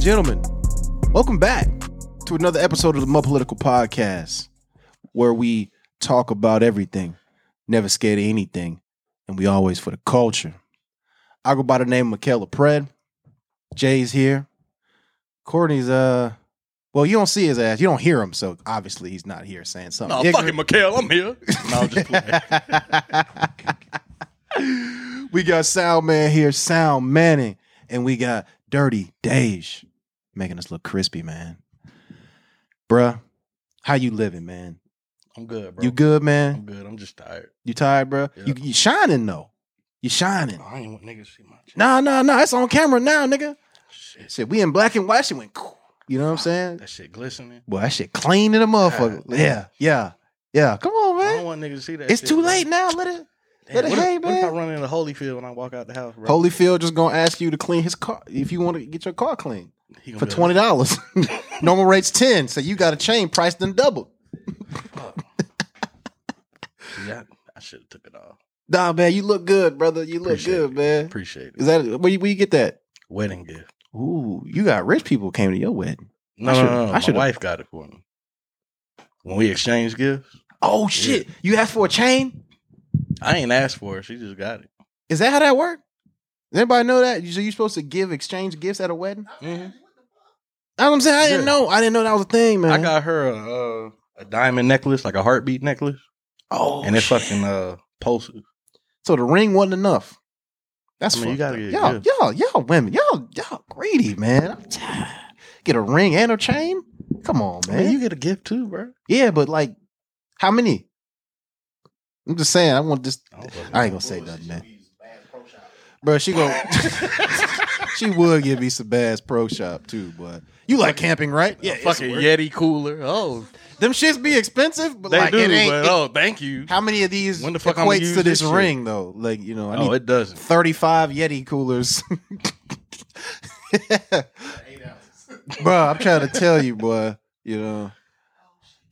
gentlemen, welcome back to another episode of the Mud Political Podcast, where we talk about everything, never scared of anything, and we always for the culture. I go by the name of Michaela Pred. Jay's here. Courtney's uh well, you don't see his ass. You don't hear him, so obviously he's not here saying something. No, fucking Mikhail, I'm here. No, I'm just playing. we got Sound Man here, Sound Manning, and we got Dirty Dage making us look crispy, man. Bruh, how you living, man? I'm good, bro. You good, I'm man? good. I'm just tired. You tired, bruh? Yeah. Oh, You, you shining though. You shining. I ain't want niggas to see my chest. Nah, nah, nah. It's on camera now, nigga. Shit. Shit, we in black and white. Shit went. You know Ah, what I'm saying? That shit glistening. Boy, that shit clean in the motherfucker. God damn. Yeah, yeah, yeah. Come on, I man. don't want niggas to see that It's shit, too bro. late now. Let it. Damn, Let it what, if- hang, what if I man. run into Holyfield when I walk out the house, bro? Holyfield just gonna ask you to clean his car if you want to get your car cleaned He gonna for be like, twenty dollars. Normal rate's ten, so you got a chain price then double. Yeah, I should have took it off. Nah, man, you look good, brother. You look Appreciate good, it. man. Appreciate it. Is that where you, where you get that? Wedding gift. Ooh, you got rich people came to your wedding. No, should've- no, no, I no. my should've- wife got it for me. When we exchanged gifts, Oh shit! You asked for a chain. I ain't asked for it. She just got it. Is that how that worked? Does anybody know that? You- So you supposed to give exchange gifts at a wedding? Mhm. That's what I'm saying. I didn't Yeah. know. I didn't know that was a thing, man. I got her a, uh, a diamond necklace, like a heartbeat necklace, oh, and it shit. fucking uh, pulses. So the ring wasn't enough. That's I I mean, you gotta get y'all, y'all, y'all women, y'all, y'all greedy, man. I'm tired. Get a ring and a chain. Come on, I man. mean, you get a gift too, bro. yeah, but like, how many? I'm just saying. I want this. I don't fucking I ain't gonna say nothing, man. Bro, she gonna she would give me some Bass Pro Shop too, but you like camping, right? Yeah, it's fucking worth- Yeti cooler. Oh, Them shits be expensive, but they like do, it ain't. but it- oh, thank you. how many of these When the fuck I'ma equates use to this, this shit? ring though? Like you know, I need oh, it doesn't. 35 Yeti coolers. bro, I'm trying to tell you, boy. You know,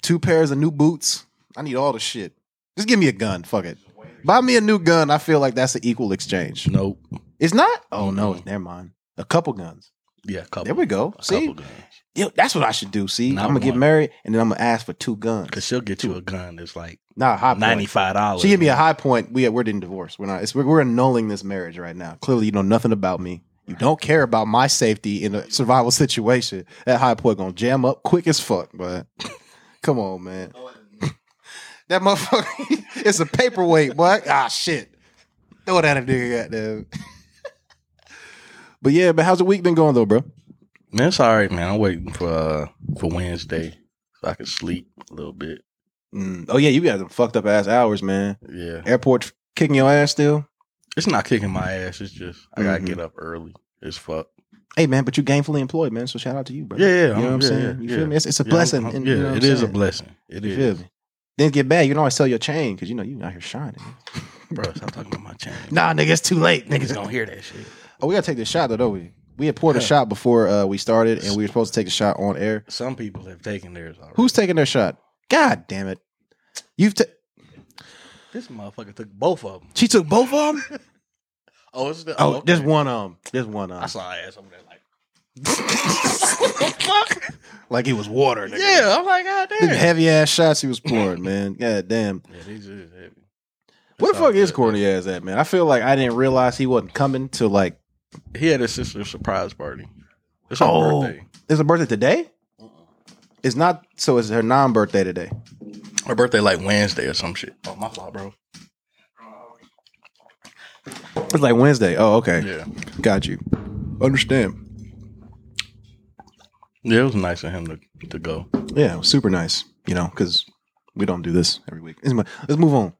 two pairs of new boots. I need all the shit. Just give me a gun. Fuck it. Buy me a new gun. I feel like that's an equal exchange. Nope. It's not? Oh, no. Never mind. A couple guns. Yeah, a couple. There we go. A See? couple guns. Yo, that's what I should do. See? Not I'm going to get one. married and then I'm going to ask for two guns. Cause she'll get you a gun that's like Nah, high point. ninety five dollars. She gave me a high point. We we're in divorce. We're not. It's, we're, we're annulling this marriage right now. Clearly, you know nothing about me. You don't care about my safety in a survival situation. That high point gonna jam up quick as fuck. But come on, man. that motherfucker. it's a paperweight, boy. Ah, shit. Throw it at a nigga, goddamn. but yeah, but how's the week been going though, bro? Man, it's all right, man. I'm waiting for uh, for Wednesday so I can sleep a little bit. Mm. Oh yeah, you got some fucked up ass hours, man. Yeah, Airport kicking your ass still. it's not kicking my ass. It's just I gotta Mhm. get up early as fuck. Hey man, but you gainfully employed, man. So shout out to you, bro. Yeah, yeah. You know what I'm yeah, saying? yeah, You yeah. feel me? It's, it's a Yeah, I'm- blessing. I'm- and, yeah, you know what it I'm is a saying? blessing. It You is, feel me? Then get bad. You can always sell your chain because you know you out here shining. bro. Stop talking about my chain. Nah, nigga, it's too late. Niggas gonna hear that shit. Oh, we gotta take this shot though, don't we? We had poured a Yeah. shot before uh, we started, and we were supposed to take a shot on air. Some people have taken theirs already. Who's taking their shot? God damn it! You've ta- this motherfucker took both of them? she took both of them. Oh, it's the Oh, okay. there's one um, there's one I um, saw her ass over there like like it was water. Nigga. Yeah, I'm like, god Them damn. heavy ass shots he was pouring, man. God damn. yeah, these is heavy. Where the That's all fuck is good, corny ass at, man? I feel like I didn't realize he wasn't coming till like man. He had his sister's surprise party. It's her Oh. birthday. Is her birthday today? It's not. So it's her non-birthday today. Her birthday like Wednesday or some shit. Oh my fault, bro. It's like Wednesday. Oh, okay. Yeah. Got you. Understand? Yeah, it was nice of him to, to go. Yeah, it was super nice. You know, because we don't do this every week. Let's mo- let's move on.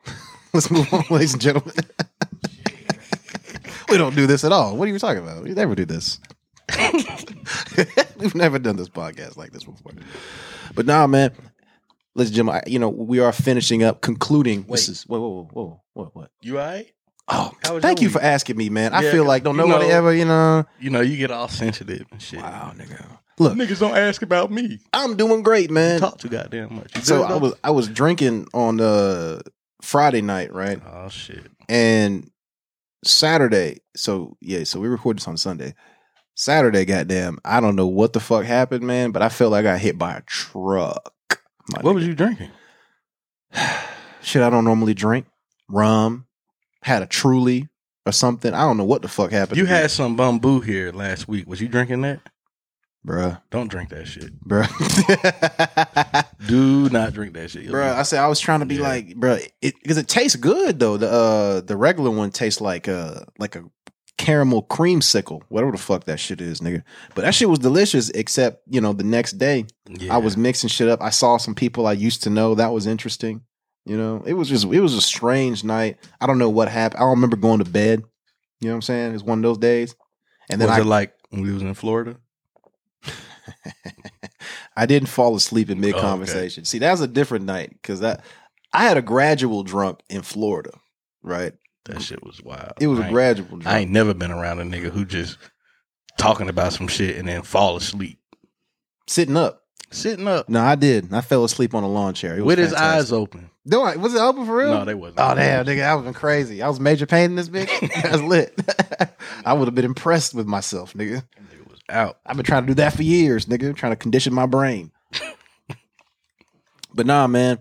let's move on, ladies and gentlemen. we don't do this at all. What are you talking about? We never do this. We've never done this podcast like this before. But nah, man. Ladies and gentlemen, I, you know we are finishing up, concluding. This Wait. is whoa, whoa, whoa, whoa, what, what? You alright? Oh, How was thank your you for week? asking me, man. I Yeah, feel like don't you nobody know- ever, you know. You know, you get all sensitive and shit. nigga. Look, Niggas don't ask about me. I'm doing great, man. Talk too goddamn much. You So good, I though? was I was drinking on uh Friday night, right? Oh shit. And Saturday. So yeah, so we recorded this on Sunday. Saturday, goddamn, I don't know what the fuck happened, man, but I felt like I got hit by a truck. my What was you drinking? shit I don't normally drink. Rum, had a truly or something. I don't know what the fuck happened. You to me. had some bamboo here last week. Was you drinking that? bruh, Don't drink that shit. bruh. Do not drink that shit. You'll Bruh, be- I said I was trying to be Yeah. like, bruh, it because it tastes good though. The uh the regular one tastes like uh like a caramel creamsicle, whatever the fuck that shit is, nigga. But that shit was delicious, except you know the next day yeah. I was mixing shit up. I saw some people I used to know. That was interesting. You know, it was just it was a strange night. I don't know what happened. I don't remember going to bed. You know what I'm saying? It's one of those days. And then was I, it like when we was in Florida? I didn't fall asleep in mid Oh, okay. conversation. See, that was a different night because that I had a gradual drunk in Florida, right? That shit was wild. It was I a ain't- gradual drunk. I ain't never been around a nigga who just talking about some shit and then fall asleep. Sitting up. Sitting up No, I did. I fell asleep on a lawn chair. It was with his fantastic. eyes open. No, I- was it open for real? No, they wasn't. Oh damn, nigga, that was been crazy. I was major pain in this bitch. That's lit. I would have been impressed with myself, nigga. That nigga was out. I've been trying to do that for years, nigga. Trying to condition my brain. but nah, man.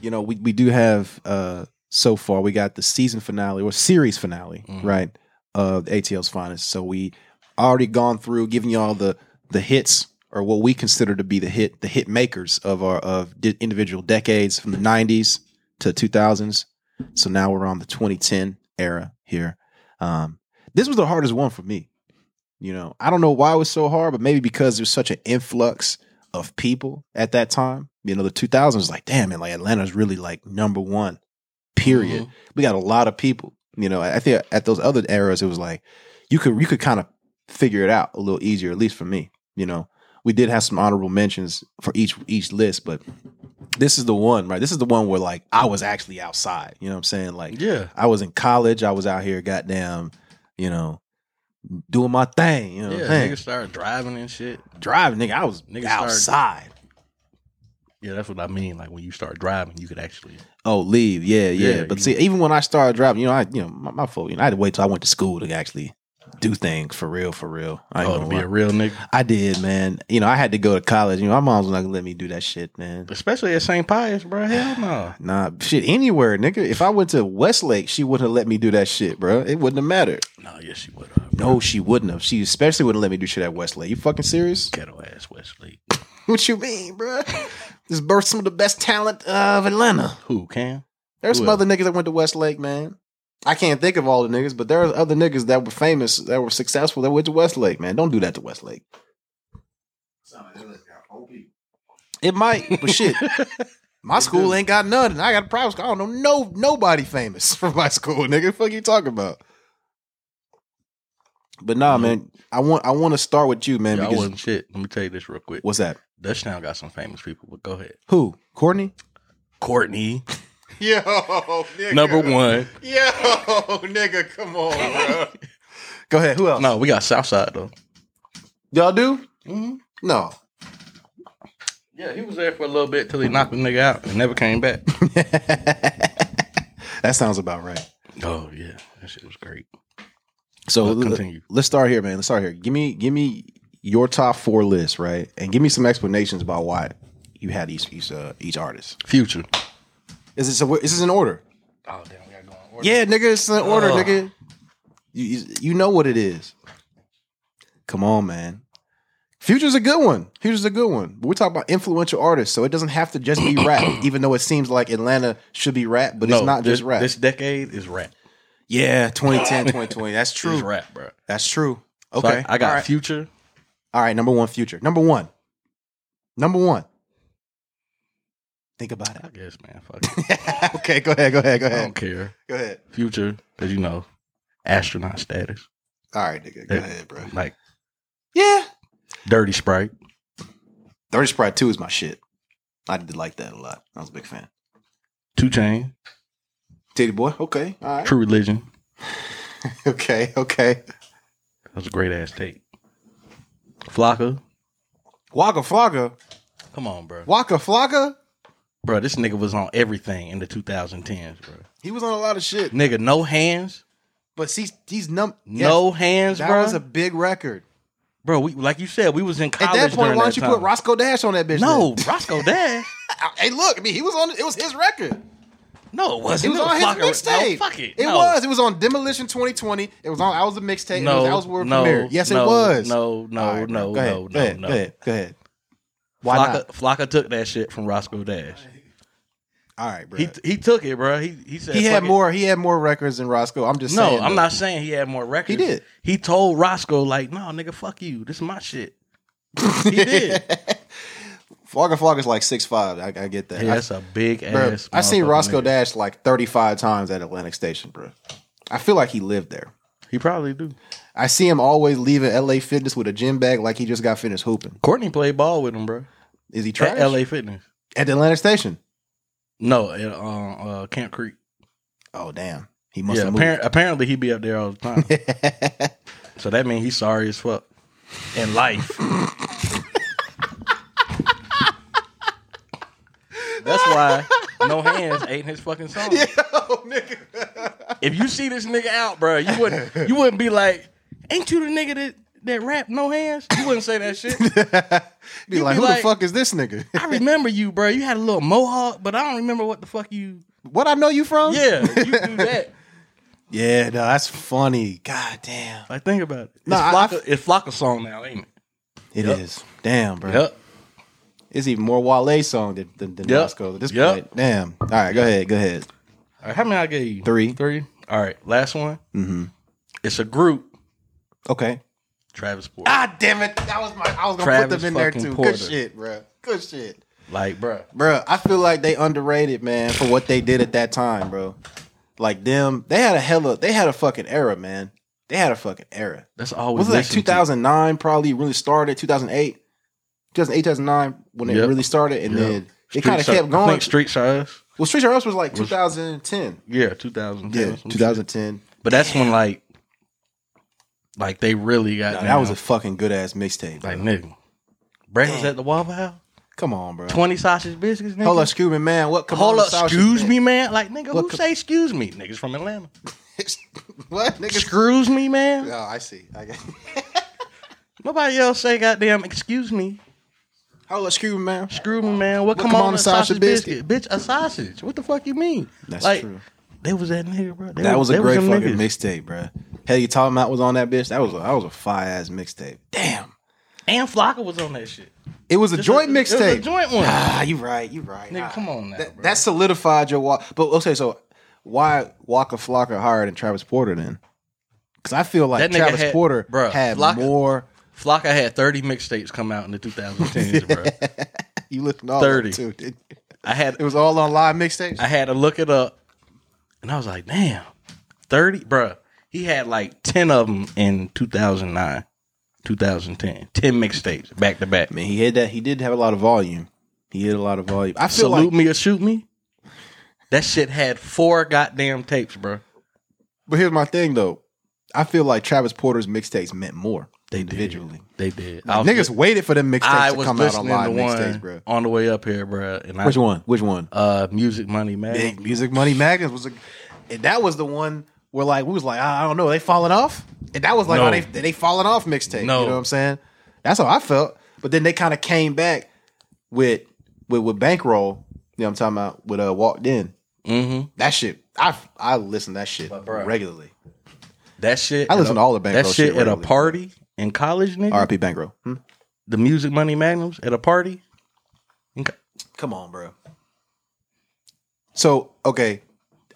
You know, we, we do have uh so far we got the season finale or series finale, Mhm. right? Of ATL's finest. So we already gone through giving y'all the the hits or what we consider to be the hit the hit makers of our of di- individual decades from the 90s to 2000s. So now we're on the 2010 era here. Um this was the hardest one for me. You know, I don't know why it was so hard, but maybe because there's such an influx of people at that time. You know, the 2000s was like, damn, man, like Atlanta's really like number one, period. Mhm. We got a lot of people. You know, I I think at those other eras, it was like you could you could kind of figure it out a little easier, at least for me. You know, we did have some honorable mentions for each each list, but this is the one, right? This is the one where like I was actually outside. You know what I'm saying? Like Yeah. I was in college. I was out here, goddamn, you know, doing my thing. You know what Yeah. I'm saying? Niggas started driving and shit. Driving, nigga. I was Niggas started- outside. Yeah, that's what I mean. Like when you start driving, you could actually Oh, leave. Yeah, yeah. Yeah, but you- see, even when I started driving, you know, I, you know, my, my fault. You know, I had to wait till I went to school to actually do things for real, for real. I, ain't oh, to gonna be lie. a real nigga. I did, man. You know, I had to go to college. You know, my mom's not gonna let me do that shit, man. Especially at St. Pius, bro. Hell no. Nah, shit, anywhere, nigga. If I went to Westlake, she wouldn't have let me do that shit, bro. It wouldn't have mattered. No, yes, she would. No, she wouldn't have. She especially wouldn't let me do shit at Westlake. You fucking serious? Ghetto ass Wesley. What you mean, bro? This birthed some of the best talent of Atlanta. Who can? There's some Who other niggas that went to Westlake, man. I can't think of all the niggas, but there's other niggas that were famous, that were successful, that went to Westlake, man. Don't do that to Westlake. It might, but shit, my school ain't got nothing. I got a private school. I don't know no nobody famous from my school, nigga. Fuck you talking about? But nah, Mhm. man. I want I want to start with you, man. Y'all because wasn't shit. Let me tell you this real quick. what's that? Dutchtown got some famous people, but go ahead. Who? Courtney? Courtney, Yo, nigga. number one. Yo, nigga, come on, bro. Go ahead. Who else? No, we got Southside though. Y'all do? Mm-hmm. No. Yeah, he was there for a little bit till he knocked the nigga out and never came back. that sounds about right. oh yeah, that shit was great. So l- But continue. let's start here, man. Let's start here. Give me give me your top four list, right? And give me some explanations about why you had each each uh, each artist. Future. Is this a, is this in order? Oh damn, we gotta go on order. Yeah, nigga, it's in order, Ugh. nigga. You you- you know what it is. Come on, man. Future's a good one. Future's a good one. But we're talking about influential artists, so it doesn't have to just be rap, even though it seems like Atlanta should be rap, but it's No, not just this, rap. This decade is rap. yeah, 2010, 2020. That's It's true. rap, bro. That's true. So Okay. I, I got All right. Future. All right, number one, Future. Number one. Number one. Think about I guess, man. Fuck. it. it. okay, go ahead, go ahead, go I ahead. don't care. Go ahead. Future, because you know, astronaut status. All right, nigga, go ahead, bro. Like Yeah. Dirty Sprite. 30 Sprite 2 is my shit. I did like that a lot. I was a big fan. Two Chain, Titty Boy, okay. All right. True Religion. Okay, okay. That was a great ass tape. Flocka. Waka Flocka. Come on, bro. Waka Flocka? Bro, this nigga was on everything in the 2010s, bro. He was on a lot of shit. Nigga, no hands. But see, he's num. No hands, that bro. was a big record. bro. We like you said, we was in At college. that point, during why don't you time. put Roscoe Dash on that bitch? No, Roscoe Dash. then? hey, look, I mean, he was on. It was his record. No, it It wasn't. was on his fucking- mixtape. No, fuck it. It No. was. It was on Demolition 2020. It was on. I was a mixtape. it No, was, that was where it no, premiered. Yes, no, it was. No, no, All right, no, go ahead, no, go no, ahead, no. Go ahead. Go ahead. Why Flocka, not? Flocka took that shit from Roscoe Dash. All right, bro. He He, he took it, bro. He he said had "Fuck it." more. He had more records than Roscoe. I'm just No, saying, I'm though. not saying he had more records. He did. He told Roscoe like, "No, nigga, fuck you. This is my shit." He did. Flogger Flogger's like six five. I, I get that. Yeah, that's a big I, bro, ass. I seen motherfucking Roscoe nigga. Dash like 35 times at Atlantic Station, bro. I feel like he lived there. He probably do. I see him always leaving LA Fitness with a gym bag, like he just got finished hooping. Courtney played ball with him, bro. Is he trash At L.A. Fitness. at Atlantic Station? No, at uh, uh, Camp Creek. Oh damn, he must yeah, have appar- moved. apparently he be up there all the time. so that means he's sorry as fuck in life. That's why no hands ain't his fucking song. oh nigga. If you see this nigga out, bro, you wouldn't you wouldn't be like, "Ain't you the nigga that that rap no hands?" You wouldn't say that shit. be like, be who like- the fuck is this nigga? I remember you, bro. You had a little mohawk, but I don't remember what the fuck you. what I know you from? Yeah, you do that. yeah. No, that's funny. God damn, Like, think about it. Nah, I- it's, Flocka, it's Flocka song now, ain't it? It is. Yep. Damn, bro. Yep. It's even more Wale song than than, than Yep. Roscoe at this Yep. point. Damn. All right, go ahead. Go ahead. All right, how many I gave you? Three. Three. All right, last one. Mm-hmm. It's a group. Okay. Travis Porter. Ah, damn it! That was my. I was gonna put Travis them in there fucking too. Porter. Good shit, bro. Good shit, Like, bro. bro. I feel like they underrated, man, for what they did at that time, bro. Like them, they had a hella. They had a fucking era, man. They had a fucking era. That's all we Was it like listen to. 2009? Probably really started 2008, 2008, 2009 when it Yep. really started, and Yep. then it Street kind of Shark- kept I going. think Street Size. well, Street Sharks was like 2010. Yeah, 2000. Yeah, 2010. But that's when, like, like they really got. Nah, down. that was a fucking good ass mixtape. Like, bro. nigga. Brandon's at the Waffle House. Come on, bro. 20 sausage biscuits, nigga. Hold up, Scooby man. What? Come Hold on, up, South Street, excuse man. me, man. Like, nigga, What who co- say excuse me? Niggas from Atlanta. what, nigga? Excuse me, man. Oh, I see. I get. Nobody else say goddamn excuse me. Hold up, Scooby man. Screw me, man. What What, come, on, a sausage, biscuit? biscuit? Bitch, a sausage. What the fuck you mean? That's Like, true. They was that nigga, bro. They That was a they great them fucking niggas. mixtape, bro. Hell, you talking about was on that bitch. That was a, that was a fire ass mixtape. Damn, And Flocka was on that shit. it was a It's joint a- it's a mixtape. joint one. Ah, you right, you right. Nigga, Ah, come on now, that, bro. that solidified your walk. But okay, so why Walker Flocker higher than Travis Porter then? Because I feel like That nigga Travis had- Porter bruh, had Flocka- more. Flocka had 30 mixtapes come out in the 2010s, bro. You listened to all of them 30. too. didn't you? I had It was all on live mixtapes. I had to look it up, and I was like, damn, 30, bruh. He had like 10 of them in 2009, 2010. 10 mixtapes back to back. I mean, he had that. He did have a lot of volume. He had a lot of volume. I feel Salute like, me or shoot me. That shit had four goddamn tapes, bro. but here's my thing though. I feel like Travis Porter's mixtapes meant more individually. They did. I was, Niggas waited for them I mixtapes to was come out on listening live to mixtapes, one bro. on the way up here, bro. And I, Which one? Which one? Uh, Music Money Big Man. Music Money Magnets was a, and that was the one where like we was like, I don't know, they falling off? And that was like, No. oh, they they falling off mixtape. No. You know what I'm saying? That's how I felt. But then they kind of came back with with with bankroll, you know what I'm talking about, with uh walked in. Mm-hmm. That shit, I I listen to that shit But, bruh. regularly. That shit. I listen to at a- all the Bankroll That shit, shit at a regularly. party in college, nigga. R.I.P. Bankroll. Hmm? The Music Money Magnums at a party. in co- Come on, bro. So okay,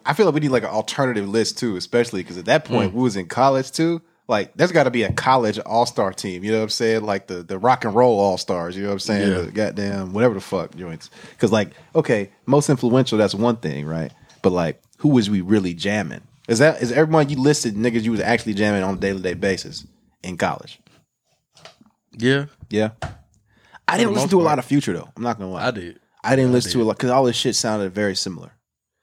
I feel like we need like an alternative list too, especially because at that Mm. point we was in college too. Like, there's got to be a college all star team. You know what I'm saying? Like the the rock and roll all stars. You know what I'm saying? Yeah. The goddamn whatever the fuck joints. Because like, okay, most influential. That's one thing, right? But like, who was we really jamming? Is that is everyone you listed niggas you was actually jamming on a day to day basis in college? Yeah, Yeah. I didn't listen most to a part. lot of Future though. I'm not gonna lie. I did. I didn't listen to a lot because all this shit sounded very similar.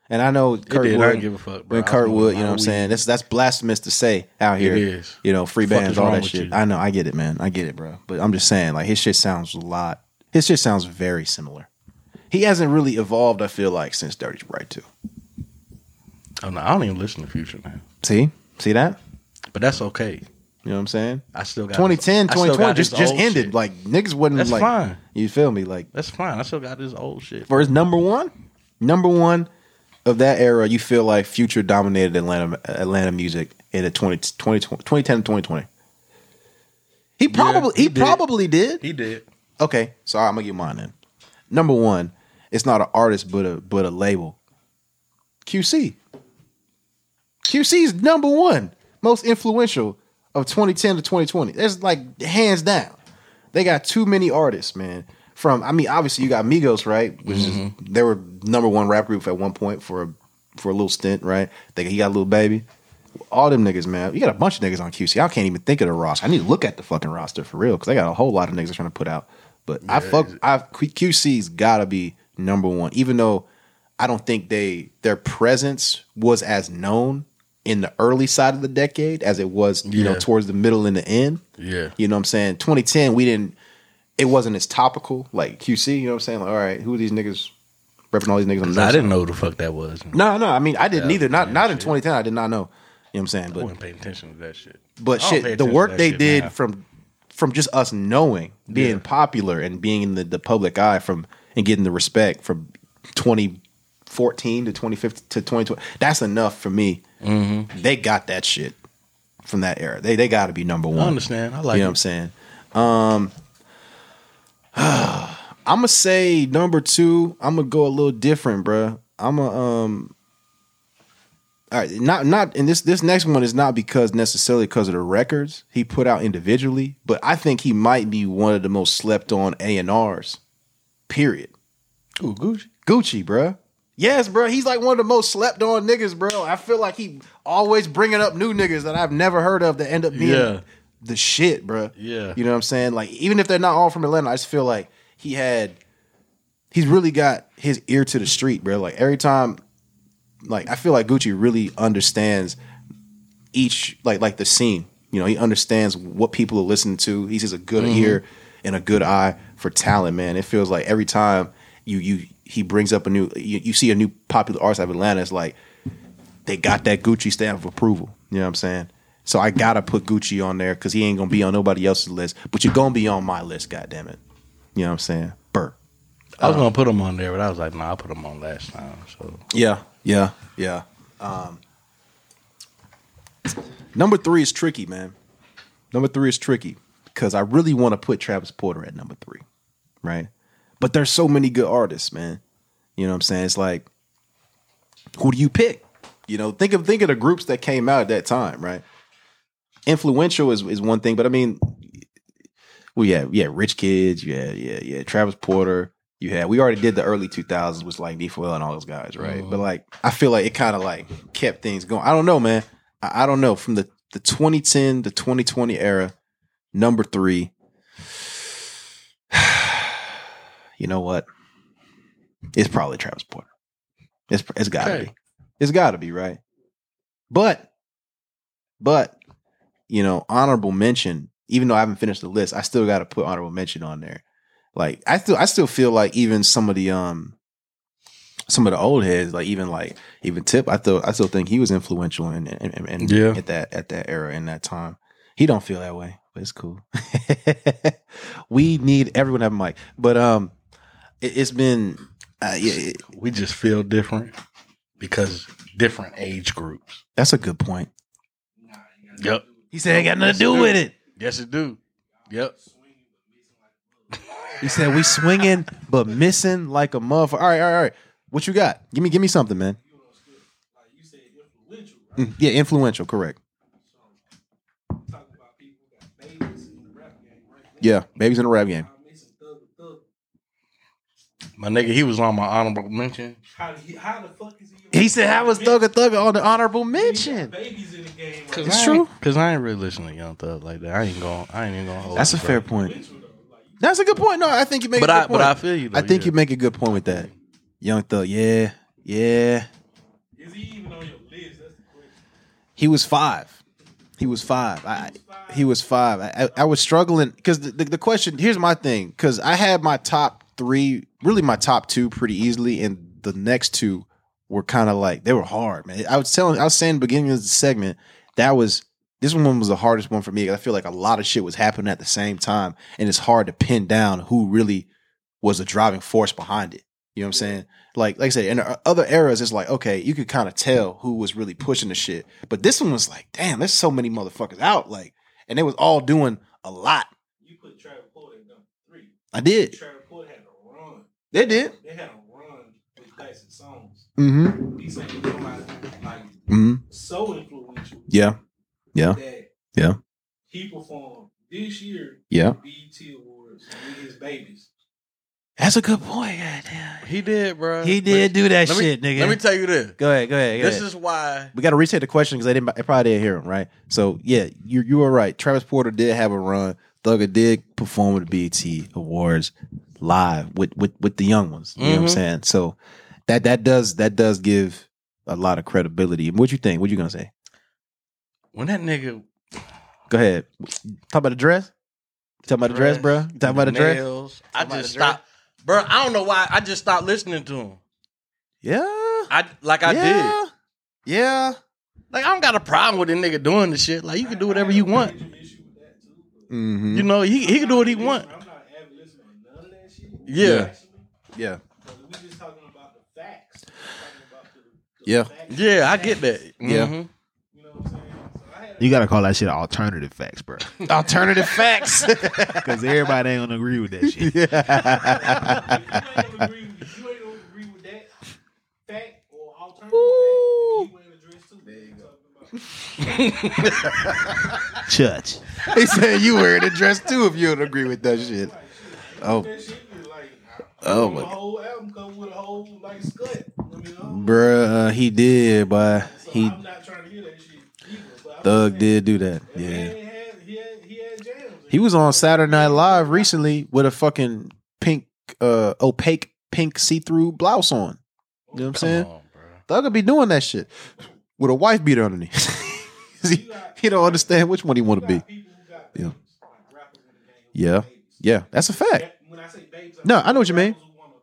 And I know It Kurt did. I Wood, didn't give a fuck. when Bro. I was Kurt smoking Wood, you my know what I'm weed. saying? That's that's blasphemous to say out here. It is. You know, free Fuck bands, is all wrong that with shit. you? I know, I get it, man. I get it, bro. But I'm just saying, like his shit sounds a lot. His shit sounds very similar. He hasn't really evolved, I feel like, since Dirty Sprite 2. Oh no, I don't even listen to Future now, See? See that? but that's okay. You know what I'm saying? I still got 2010, I still got 2020 his just, just old ended. shit. Like niggas wouldn't That's like fine. you feel me? Like That's fine. I still got this old shit. for his number one, number one of that era, you feel like future dominated Atlanta Atlanta music in the 20, 20, 2010 and 2020. He probably he he, did. probably did. He did. Okay, so I'm gonna give mine then. Number one, it's not an artist, but a but a label. QC. QC's number one, most influential of 2010 to 2020. That's like hands down. They got too many artists, man. From I mean, obviously you got Migos, right? Which is they were number one rap group at one point for a for a little stint, right? They he got a little baby. All them niggas, man. You got a bunch of niggas on QC. I can't even think of the roster. I need to look at the fucking roster for real because I got a whole lot of niggas I'm trying to put out. But I fuck, I Q- QC's gotta be number one, even though I don't think they their presence was as known in the early side of the decade as it was, you know, Yeah. towards the middle and the end. Yeah. You know what I'm saying? 2010, we didn't, it wasn't as topical like QC. You know what I'm saying? Like, all right, who are these niggas repping all these niggas on the I left didn't know who the fuck that was. I No, no, I mean, I didn't Yeah, either. Not yeah, not in shit. 2010, I did not know. You know what I'm saying? But wasn't paying attention to that shit. but I don't pay shit, the attention to work that they shit did now. from from just us knowing, being Yeah. popular and being in the, the public eye from and getting the respect from 2014 to 2015 to 2020. That's enough for me. Mm-hmm. They got that shit from that era. They they got to be number one. I understand. I like you know what I'm it. saying? Um, I'm gonna say number two. I'm gonna go a little different, bruh. I'm a um. All right, not not and this this next one is not because necessarily because of the records he put out individually, but I think he might be one of the most slept on A and R's. Period. Ooh, Gucci. Gucci, bruh. Yes, bruh. He's like one of the most slept on niggas, bro. I feel like he always bringing up new niggas that I've never heard of that end up being Yeah. the shit, bruh. Yeah. You know what I'm saying? Like, even if they're not all from Atlanta, I just feel like he had, he's really got his ear to the street, bruh. Like, every time, like, I feel like Gucci really understands each, like, like the scene. You know, he understands what people are listening to. He's just a good Mm-hmm. ear and a good eye for talent, man. It feels like every time you, you, he brings up a new, you, you see a new popular artist out of Atlanta, it's like, they got that Gucci stamp of approval. You know what I'm saying? So I gotta put Gucci on there because he ain't gonna be on nobody else's list, but you're gonna be on my list, goddammit. You know what I'm saying? Burr. I was gonna put him on there, but I was like, nah, I put him on last time. So Yeah, yeah, yeah. Um, number three is tricky, man. Number three is tricky because I really want to put Travis Porter at number three, right? But there's so many good artists, man. You know what I'm saying? It's like, who do you pick? You know, think of think of the groups that came out at that time, right? Influential is is one thing, but I mean, well, yeah, yeah, Rich Kids, yeah, yeah, yeah, Travis Porter. You had we already did the early 2000s with like D4L and all those guys, right? But like, I feel like it kind of like kept things going. I don't know, man. I, I don't know from the the 2010 to 2020 era, number three. you know what? It's probably Travis Porter. It's it's gotta Okay. be. It's gotta be right. But, but, you know, honorable mention. Even though I haven't finished the list, I still got to put honorable mention on there. Like I still, I still feel like even some of the um, some of the old heads, like even like even Tip, I still, I still think he was influential in, in, in, in- Yeah. at that at that era in that time. He don't feel that way, but it's cool. we need everyone to have a mic, but um, it, it's been uh, yeah, it- we just feel different because different age groups. that's a good point. Yep. He said ain't got nothing to do with it. Yes, it do. Yep. He said we swinging but missing like a motherfucker. All right, all right, all right. What you got? Give me, give me something, man. Mm, Yeah, influential, correct. Yeah, babies in the rap game. My nigga, he was on my honorable mention. How, the- how the fuck is he? He said, "How was Thugga Thugga on the honorable mention?" Babies in the game. Cause It's I true. ain't- Cause I ain't really listening to Young Thug like that. I ain't going. I ain't even going. That's a fair point. That's a good point. No, I think you make. But a good I. point. But I feel you. Though, I think yeah. you make a good point with that, Young Thug. Yeah, yeah. Is he even on your list? That's the question. He was five. He was five. I I- he was five. I, I, I was struggling because the, the the question here's my thing because I had my top three, really my top two, pretty easily, and the next two were kind of like they were hard, man. I was telling, I was saying, at the beginning of the segment that was This one was the hardest one for me. 'cause I feel like a lot of shit was happening at the same time, and it's hard to pin down who really was the driving force behind it. You know what I'm saying? Like, like I said, in the other eras, it's like okay, you could kind of tell who was really pushing the shit, but this one was like, damn, there's so many motherfuckers out, like, and they was all doing a lot. You put Travis Porter at number three. I did, Travis Porter had a run. they did. They had a run with classic songs. Mm-hmm. These ain't come out like Mm-hmm. so influential. Yeah. Yeah. That Yeah. He performed this year Yeah. at BET Awards with his babies. That's a good point. Goddamn. He did, bro. He did do that shit, me, nigga. Let me tell you this. go ahead, go ahead. Go This ahead. is why We got to restate the question because they didn't. They probably didn't hear him, right? So yeah, you you were right. Travis Porter did have a run. Thugger did perform at the BET Awards live with with with the young ones. You know what I'm Mhm. saying? So that that does that does give a lot of credibility. What you think? What you gonna say? when that nigga Go ahead. Talk about the dress. Talk about the dress, bro. Talk about the dress. nails, I Talking about just the dress? stopped, bro. I don't know why. I just stopped listening to him. Yeah. I like I did. yeah. Yeah. Like I don't got a problem with the nigga doing the shit. Like you can do whatever you want. Mm-hmm. You know he he can do what he want. wants. I'm not avid listener to none of that shit. Yeah. Actually, Yeah. but we just talking about the facts. Talking about the, the Yeah. facts. Yeah, I get that. Yeah. Mhm. You know what I'm saying? So I had a You gotta call that shit alternative facts, bro. Alternative facts. Because everybody ain't gonna agree with that shit. yeah. if you ain't gonna agree with- if you ain't gonna agree with that fact or alternative fact, you ain't addressed too. There you go. Church. He said you wearing a dress too if you don't agree with that shit. Oh, That shit is like Oh oh my my. God. whole album come with a whole like scut. You know? bruh, uh, he did, but So he I'm not trying to hear that shit either. But I'm Thug saying, did do that. that man Yeah, had- he had he had jams. he was on Saturday Night Live recently with a fucking pink, uh, opaque pink see-through blouse on. You know what I'm saying? Come on, bro. Thug would be doing that shit with a wife beater underneath. he, he don't understand which one he want to be. Yeah. Yeah. Yeah. Yeah, that's a fact. When I say babes, No, I know what you mean. rappers who wanna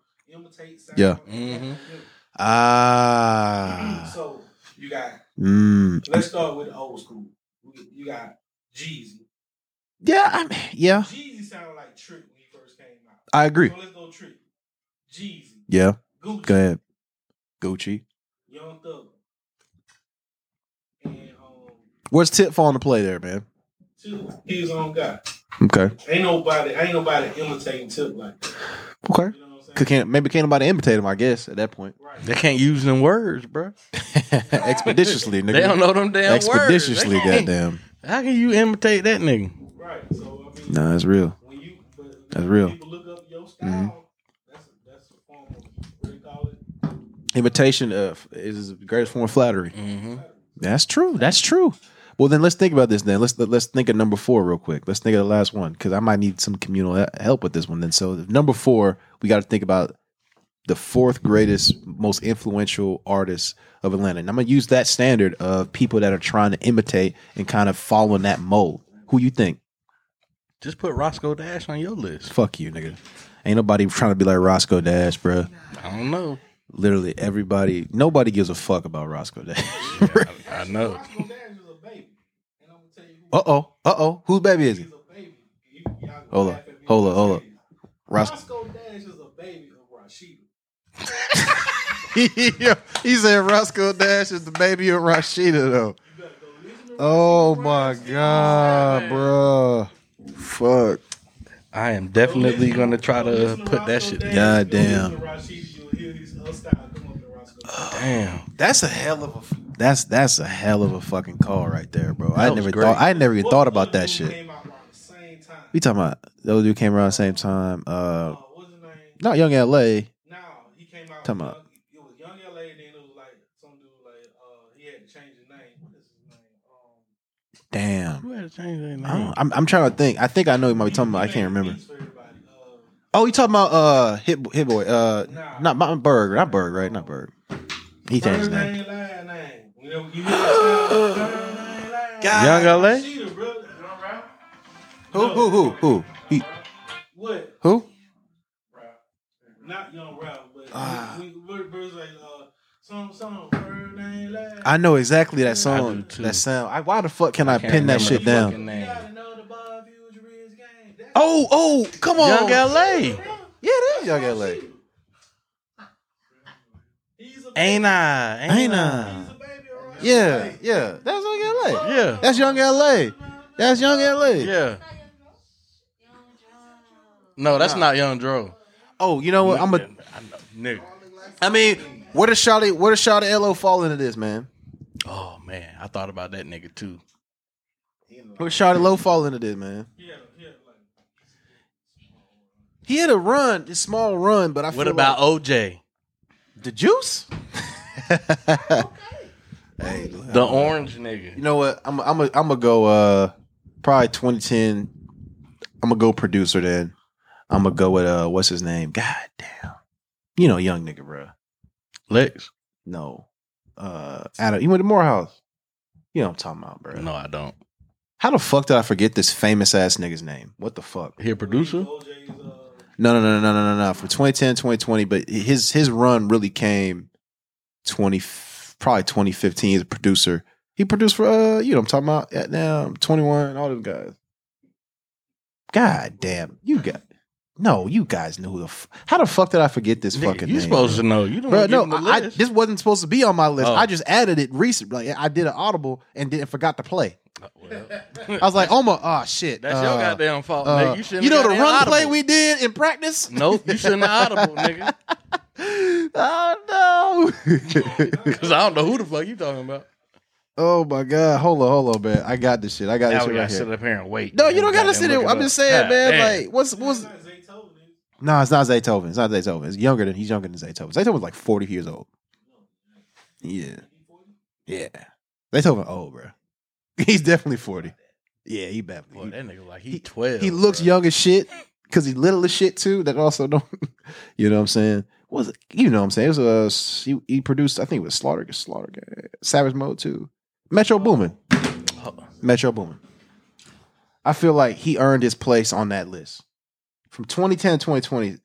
imitate sound Yeah. like that. Ah, So you got mm. let's start with the old school. You- You got Jeezy. yeah, I mean, yeah, Jeezy sounded like Trick when he first came out. I agree. So let's go Trick. Jeezy. Yeah, Gucci. go ahead, Gucci. Young Thug. And um Where's Tip fall into play there, man? two, he's on God. Okay. Ain't nobody ain't nobody imitating Tip like that. Okay. You know what I'm Could saying? can't, maybe can't nobody imitate him, I guess, at that point. Right. They can't use them words, bro. Expeditiously, nigga. They don't know them damn Expeditiously, words. They can't- goddamn. How can you imitate that nigga? Right. So I mean Nah, that's real. when you but That's when real. Mm-hmm. people look up your style, that's a that's a form of what do you call it? Imitation uh, is the greatest form of flattery. Mm-hmm. That's true. That's true. Well, then let's think about this. Then let's let, let's think of number four real quick. Let's think of the last one because I might need some communal he- help with this one. Then so number four, we got to think about the fourth greatest, most influential artist of Atlanta. And I'm gonna use that standard of people that are trying to imitate and kind of following that mold. Who you think? Just put Roscoe Dash on your list. Fuck you, nigga. Ain't nobody trying to be like Roscoe Dash, bruh. I don't know. Literally everybody, nobody gives a fuck about Roscoe Dash. I, I know. Roscoe Dash is a baby. And I'm gonna tell you who uh oh, uh oh. Whose baby is he's he? a baby. You- y'all gonna Hold laugh up. at me Hold when up. I Hold say up. this. Roscoe. Roscoe Dash is a baby of Rashida. he said Roscoe Dash is the baby of Rashida though. You better go listen to Oh Rashida my Rice. god, bruh. Fuck. I am definitely Listen- gonna try to listen uh, put that Roscoe shit. Dash, God go listen damn. to Rashida, you'll hear his- her style come up in Roscoe Dash. Damn. That's a hell of a that's that's a hell of a fucking call right there, bro. I That was never great. thought I never even What thought other about that dude shit. Came out around the same time. We talking about those dude came around the same time. Uh Uh, what's his name? not young LA. Now he came out. Talking young, about- it was young LA. Then it was like some dude like uh he had to change his name. What is his name? Um, Damn. Who had to change their name? I don't- I'm I'm trying to think. I think I know what you might be talking about. I he made can't remember. beats for everybody. Uh, Oh, you talking about uh hit hit boy? Uh, Nah. not Mountain Berg, not Berg, right? Not Berg. He changed his Bird name. name, last name. You know, you hear that sound? Bird name, last name. Young LA? Sheeta, bro. Who who who who? He, What? who? Not young Ralph, but Ah. we, we, we, we, we, like, uh, Some song, bird name last. I know exactly that do song. too. That sound. I, why the fuck can I, Can't pin that remember shit the fucking down? name. You gotta know the Bob Huge Riz game. That's Oh, oh, come on. Young LA. Yeah, that is Young LA. He's a Ain't I? Ain't I? He's a baby, all right? Yeah, yeah. That's Young LA. Yeah. That's Young LA. That's Young LA. Yeah. No, that's not Young Dro. Oh, you know what? I'm a. I know. Nigga. I mean, where does Shawty? Where does Shawty LO fall into this, man? Oh man, I thought about that nigga too. Where does Shawty Low fall into this, man? Yeah, yeah, like. He had a run, a small run, but I. What feel about like- OJ? the juice? hey, look, The orange you nigga. know what? I'm I'm a, I'm gonna go uh probably 2010. I'm gonna go producer then. I'm gonna go with uh what's his name? God damn, you know young nigga, bro. Lex? No, uh Adam, you went to Morehouse. You know what I'm talking about, bro. No, I don't. How the fuck did I forget this famous ass nigga's name? What the fuck? Here producer? OJ's, uh, No, no, no, no, no, no, no. From 2010, 2020, but his his run really came 20, probably 2015 as a producer. He produced for, uh, you know, I'm talking about at now 21 and all them guys. God damn, you got no, you guys knew who the f- how the fuck did I forget this Nigga, fucking? you name, supposed to know. You don't Bro, no, know. I, I- this wasn't supposed to be on my list. Oh. I just added it recently. Like, I did an audible and didn't forgot to play. I was like, oh my, oh shit. That's uh, your goddamn fault, uh, nigga. You shouldn't you know have the goddamn run audible. play we did in practice? Nope, you shouldn't have audible, nigga. oh no! Because I don't know who the fuck you talking about. oh my god! Hold on, hold on, man. I got this shit. I got this Now shit we right gotta here. sit up here and wait. No, you don't gotta Goddamn, sit look there. it I'm up. just saying, God man. damn. Like, what's what's? it's not Zaytoven, it's- No, it's not Zaytoven. It's not Zaytoven. It's younger than he's younger than Zaytoven. Zaytoven's like 40 years old. Yeah, yeah. Zaytoven old, bro. He's definitely 40. Yeah, he Boy, definitely. that nigga like he twelve. He looks bro. young as shit because he little as shit too. That also don't, you know what I'm saying? Was it? You know what I'm saying? It was a he, he produced. I think it was Slaughter Slaughter Gang, Savage Mode too. Oh. Metro Boomin. Metro Boomin. I feel like he earned his place on that list from 2010 2020.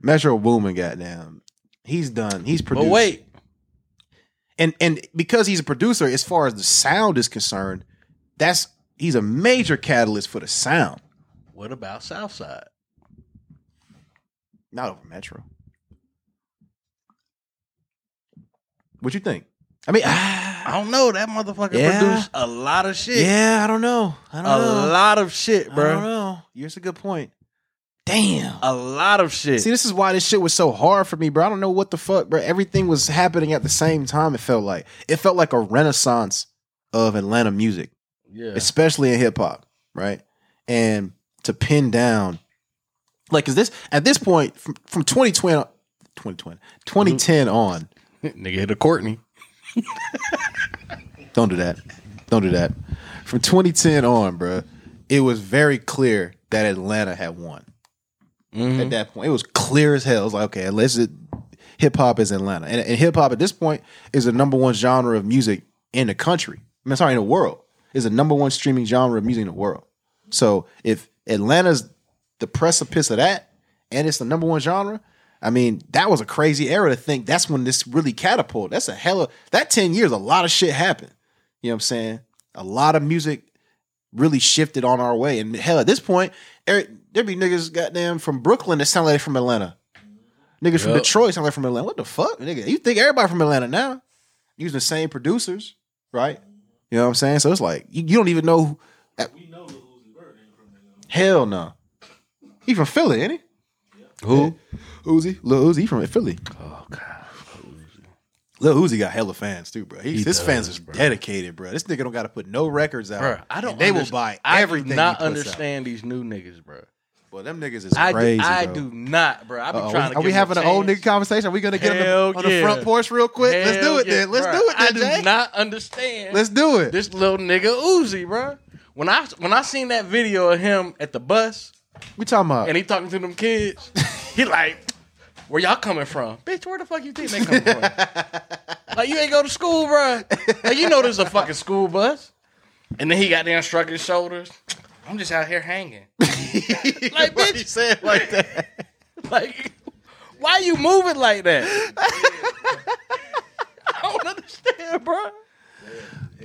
Metro Boomin, goddamn, he's done. He's But produced. wait, and and because he's a producer, as far as the sound is concerned, that's he's a major catalyst for the sound. what about Southside? Not over Metro. What you think? I mean, ah, I don't know. That motherfucker Yeah. produced a lot of shit. yeah, I don't know. I don't a know. lot of shit, I don't bro. know. Here's a good point. Damn. A lot of shit. See, this is why this shit was so hard for me, bro. I don't know what the fuck, bro. Everything was happening at the same time. It felt like it felt like a renaissance of Atlanta music. yeah, especially in hip hop, right? And to pin down, like, is this at this point from, from 2020, 2020, 2010 on? nigga hit a Courtney. Don't do that. Don't do that. From 2010 on, bruh, it was very clear that Atlanta had won at that point. It was clear as hell. It was like, okay, unless it hip hop is Atlanta. And, and hip hop at this point is the number one genre of music in the country. I mean, sorry, in the world. Is the number one streaming genre of music in the world. So if Atlanta's the precipice of that and it's the number one genre, I mean, that was a crazy era to think that's when this really catapulted. That's a hell of that 10 years, a lot of shit happened. You know what I'm saying? A lot of music really shifted on our way. And hell, at this point, there there be niggas goddamn from Brooklyn that sound like they from Atlanta. Niggas from Yup. Detroit sound like from Atlanta. What the fuck, nigga? You think everybody from Atlanta now? Using the same producers, right? You know what I'm saying? So it's like you, you don't even know. who- We know Lil Uzi Bird ain't from Atlanta. Hell no. He from Philly, ain't he? Who? Uzi, Lil Uzi he from Philly. Oh god. Lil Uzi got hella fans too, bro. He, He his does, fans is bro. dedicated, bro. This nigga don't got to put no records out. Bro, I don't. And they underst- will buy I do everything. he not puts Out. understand these new niggas, bro. Well, them niggas is I crazy. do, I bro. do not, bro. I be Uh-oh. trying to. Are we give them having a an old chance. nigga conversation? Are we gonna get on Hell the, on the yeah. front porch real quick? Let's Hell do it yeah, then. Let's bro. do it then, I Jay. do not understand. Let's do it. this little nigga Uzi, bro. When I when I seen that video of him at the bus we talking about? and he talking to them kids, he like, "Where y'all coming from, bitch? Where the fuck you think they coming from? like you ain't go to school, bro. Like you know there's a fucking school bus." And then he got down, shrugged his shoulders. I'm just out here hanging. like Why bitch, you say it like that? like why you moving like that? understand, bro.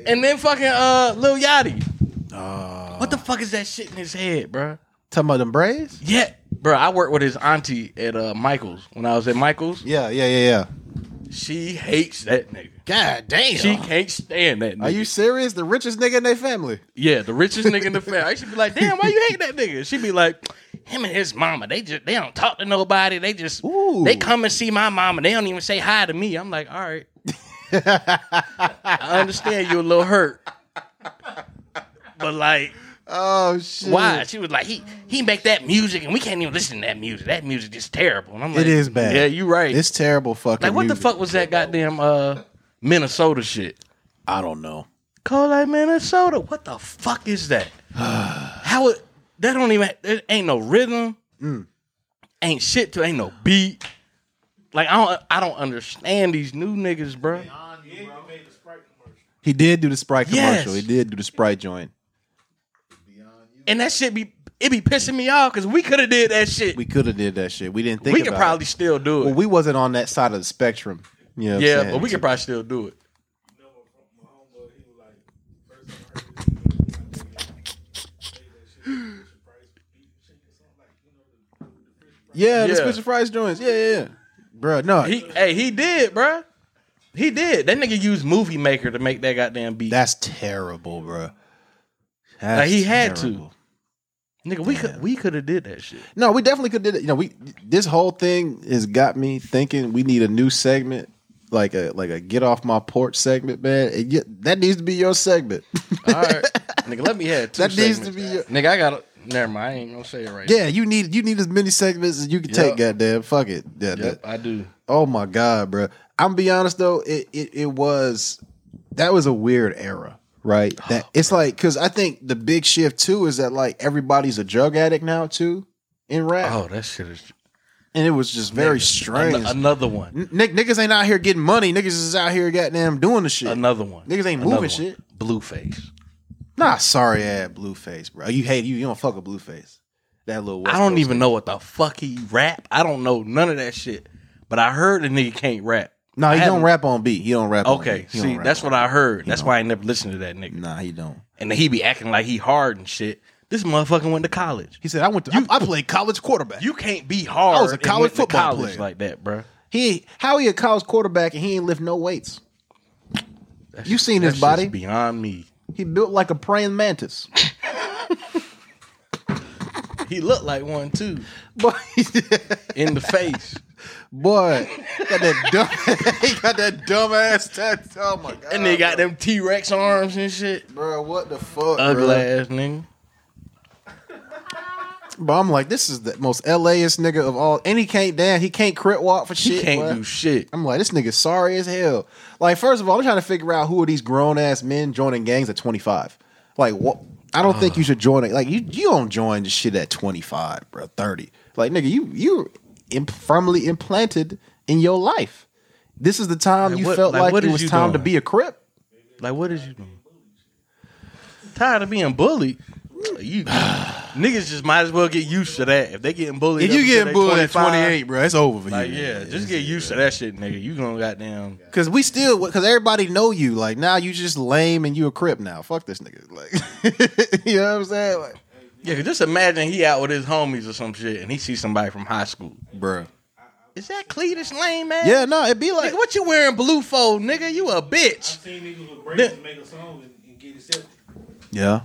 And then fucking uh, Lil Yachty. Ah. what the fuck is that shit in his head, bro? Talking about them braids? Yeah, bro. I worked with his auntie at uh, Michaels when I was at Michaels. Yeah, yeah, yeah, yeah. She hates that nigga. God damn. She can't stand that. Nigga. Are you serious? The richest nigga in their family. Yeah, the richest nigga in the family. I should be like, damn, why you hate that nigga? She'd be like, him and his mama, they just they don't talk to nobody. They just Ooh. they come and see my mama. They don't even say hi to me. I'm like, all right. I understand you're a little hurt. But like, Oh shit. why? She was like, he he make that music and we can't even listen to that music. That music is terrible. And I'm like, It is bad. Yeah, you right. It's terrible fucking. like what the music. fuck was that goddamn uh Minnesota shit? I don't know. Cold like Minnesota. What the fuck is that? How it? That don't even. There ain't no rhythm. Ain't shit to. Ain't no beat. Like I don't. I don't understand these new niggas, bro. Yeah, they made the Sprite commercial. He did do the Sprite Yes. commercial. He did do the Sprite joint. And that shit be. It be pissing me off because we could have did that shit. We We, could have did that shit. We didn't think could about probably it. still do it. Well, we wasn't on that side of the spectrum. You know what I'm yeah, saying? but we could probably still do it. You know, from my homeboy, he was like, first time I heard this, you know, I think they made that shit, the Sprite beat and shit or something, like, you know, the- the French Sprite. Yeah, the Yeah. special fries joints. Yeah, yeah, yeah. Bruh, no. He, hey, he did, bro. He did. That nigga used Movie Maker to make that goddamn beat. that's terrible, bruh. Like, he That's had to. terrible. nigga, we could we could have did that shit. No, we definitely could did it. You know, we this whole thing has got me thinking we need a new segment, like a like a get off my porch segment, man. And yet- that needs to be your segment. All right, nigga, let me have two That needs segments. to be your- nigga. I got to never mind. I ain't gonna say it right. yeah, you need you need as many segments as you can take. Yep. Goddamn, fuck it. Yeah, now. that- Yep, I do. oh my god, bro. I'm gonna be honest though, it it, it was that was a weird era, right? Oh, That it's like because I think the big shift too is that like everybody's a drug addict now too in rap, Oh, that shit is and it was just very An- strange. another one. N- Nick, niggas ain't out here getting money. Niggas is out here goddamn doing the shit. Another one. Niggas ain't moving Another one. shit. Blueface. Nah, sorry, ass Blueface, bro. You hate you. You don't fuck with Blueface. That little. West I don't Coast even know what the fuck he rap. I don't know none of that shit. But I heard the nigga can't rap. nigga. Nah, I he don't haven't- rap on beat. He don't rap. on Okay, beat. He don't see, rap that's on what I heard. That's why I ain't never listened to that beat. nigga. Nah, he don't. And then he be acting like he hard and shit. This motherfucker went to college. He said, "I went to. I, I played college quarterback. You can't be hard. I was a and college went to football college player. like that, bruh. he how he a college quarterback and he ain't lift no weights. That You shit- seen that his shit's body? beyond me. He built like a praying mantis. He looked like one too Boy, in the face. boy, got that dumb. he got that dumb ass tattoo. Oh my god! And they got them T Rex arms and shit. bro. What the fuck, Ugly bro? ass nigga. But I'm like, this is the most LAist nigga of all. And he can't damn, he can't crit walk for shit. She can't boy. do shit. I'm like, this nigga sorry as hell. Like, first of all, I'm trying to figure out who are these grown ass men joining gangs at 25. Like, what? I don't think you should join it. Like, you you don't join this shit at 25, bro, 30. Like, nigga, you you im- firmly implanted in your life. This is the time Like, you what- felt like, like, what it is was you time to doing? be a crip. Like, what is you doing? Tired of being bullied. You niggas just might as well get used to that. If they getting bullied, up until they 25, bro, it's over for Like yeah, just get used to that shit, nigga. You gonna goddamn Cause we still, cause everybody know you. Like now, you just lame and you a crip now. Fuck this nigga. Like, you know what I'm saying, like, yeah. 'cause Just imagine he out with his homies or some shit, and he see somebody from high school. bro. Is that Cletus Lane, man? Yeah, no, it'd be like, Nigga, what you wearing blue for, nigga? You a bitch. I've seen niggas with braids make a song and, and get accepted. yeah,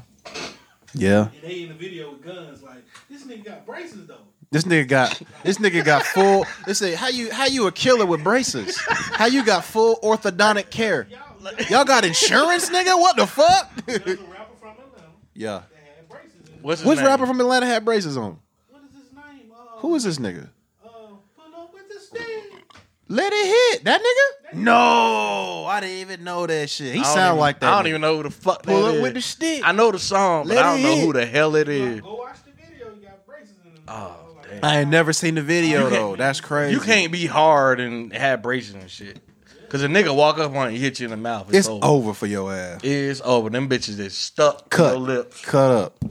yeah. And they in the video with guns, like, this nigga got braces though. This nigga got, this nigga got full. They say, how you, how you a killer with braces? How you got full orthodontic care? Y'all, Y'all got insurance, nigga? What the fuck? there's a rapper from Atlanta yeah. that had braces. And What's his Which name? rapper from Atlanta had braces on? what is his name? Uh, Who is this nigga? Uh, pull up with the stick. Let it hit that nigga. No, I didn't even know that shit. He I don't sound even- like that. I don't nigga. even know who the fuck Pull that up is. with the stick. I know the song, but Let I don't it know hit. who the hell it is. Go watch the video. You got braces in them. Oh, Like, damn. I ain't never seen the video You can't- though. That's crazy. You can't be hard and have braces and shit. Cause a nigga walk up on you, hit you in the mouth. It's, It's over. over for your ass. It's over. Them bitches is stuck. Cut. Cut your lip. Cut up.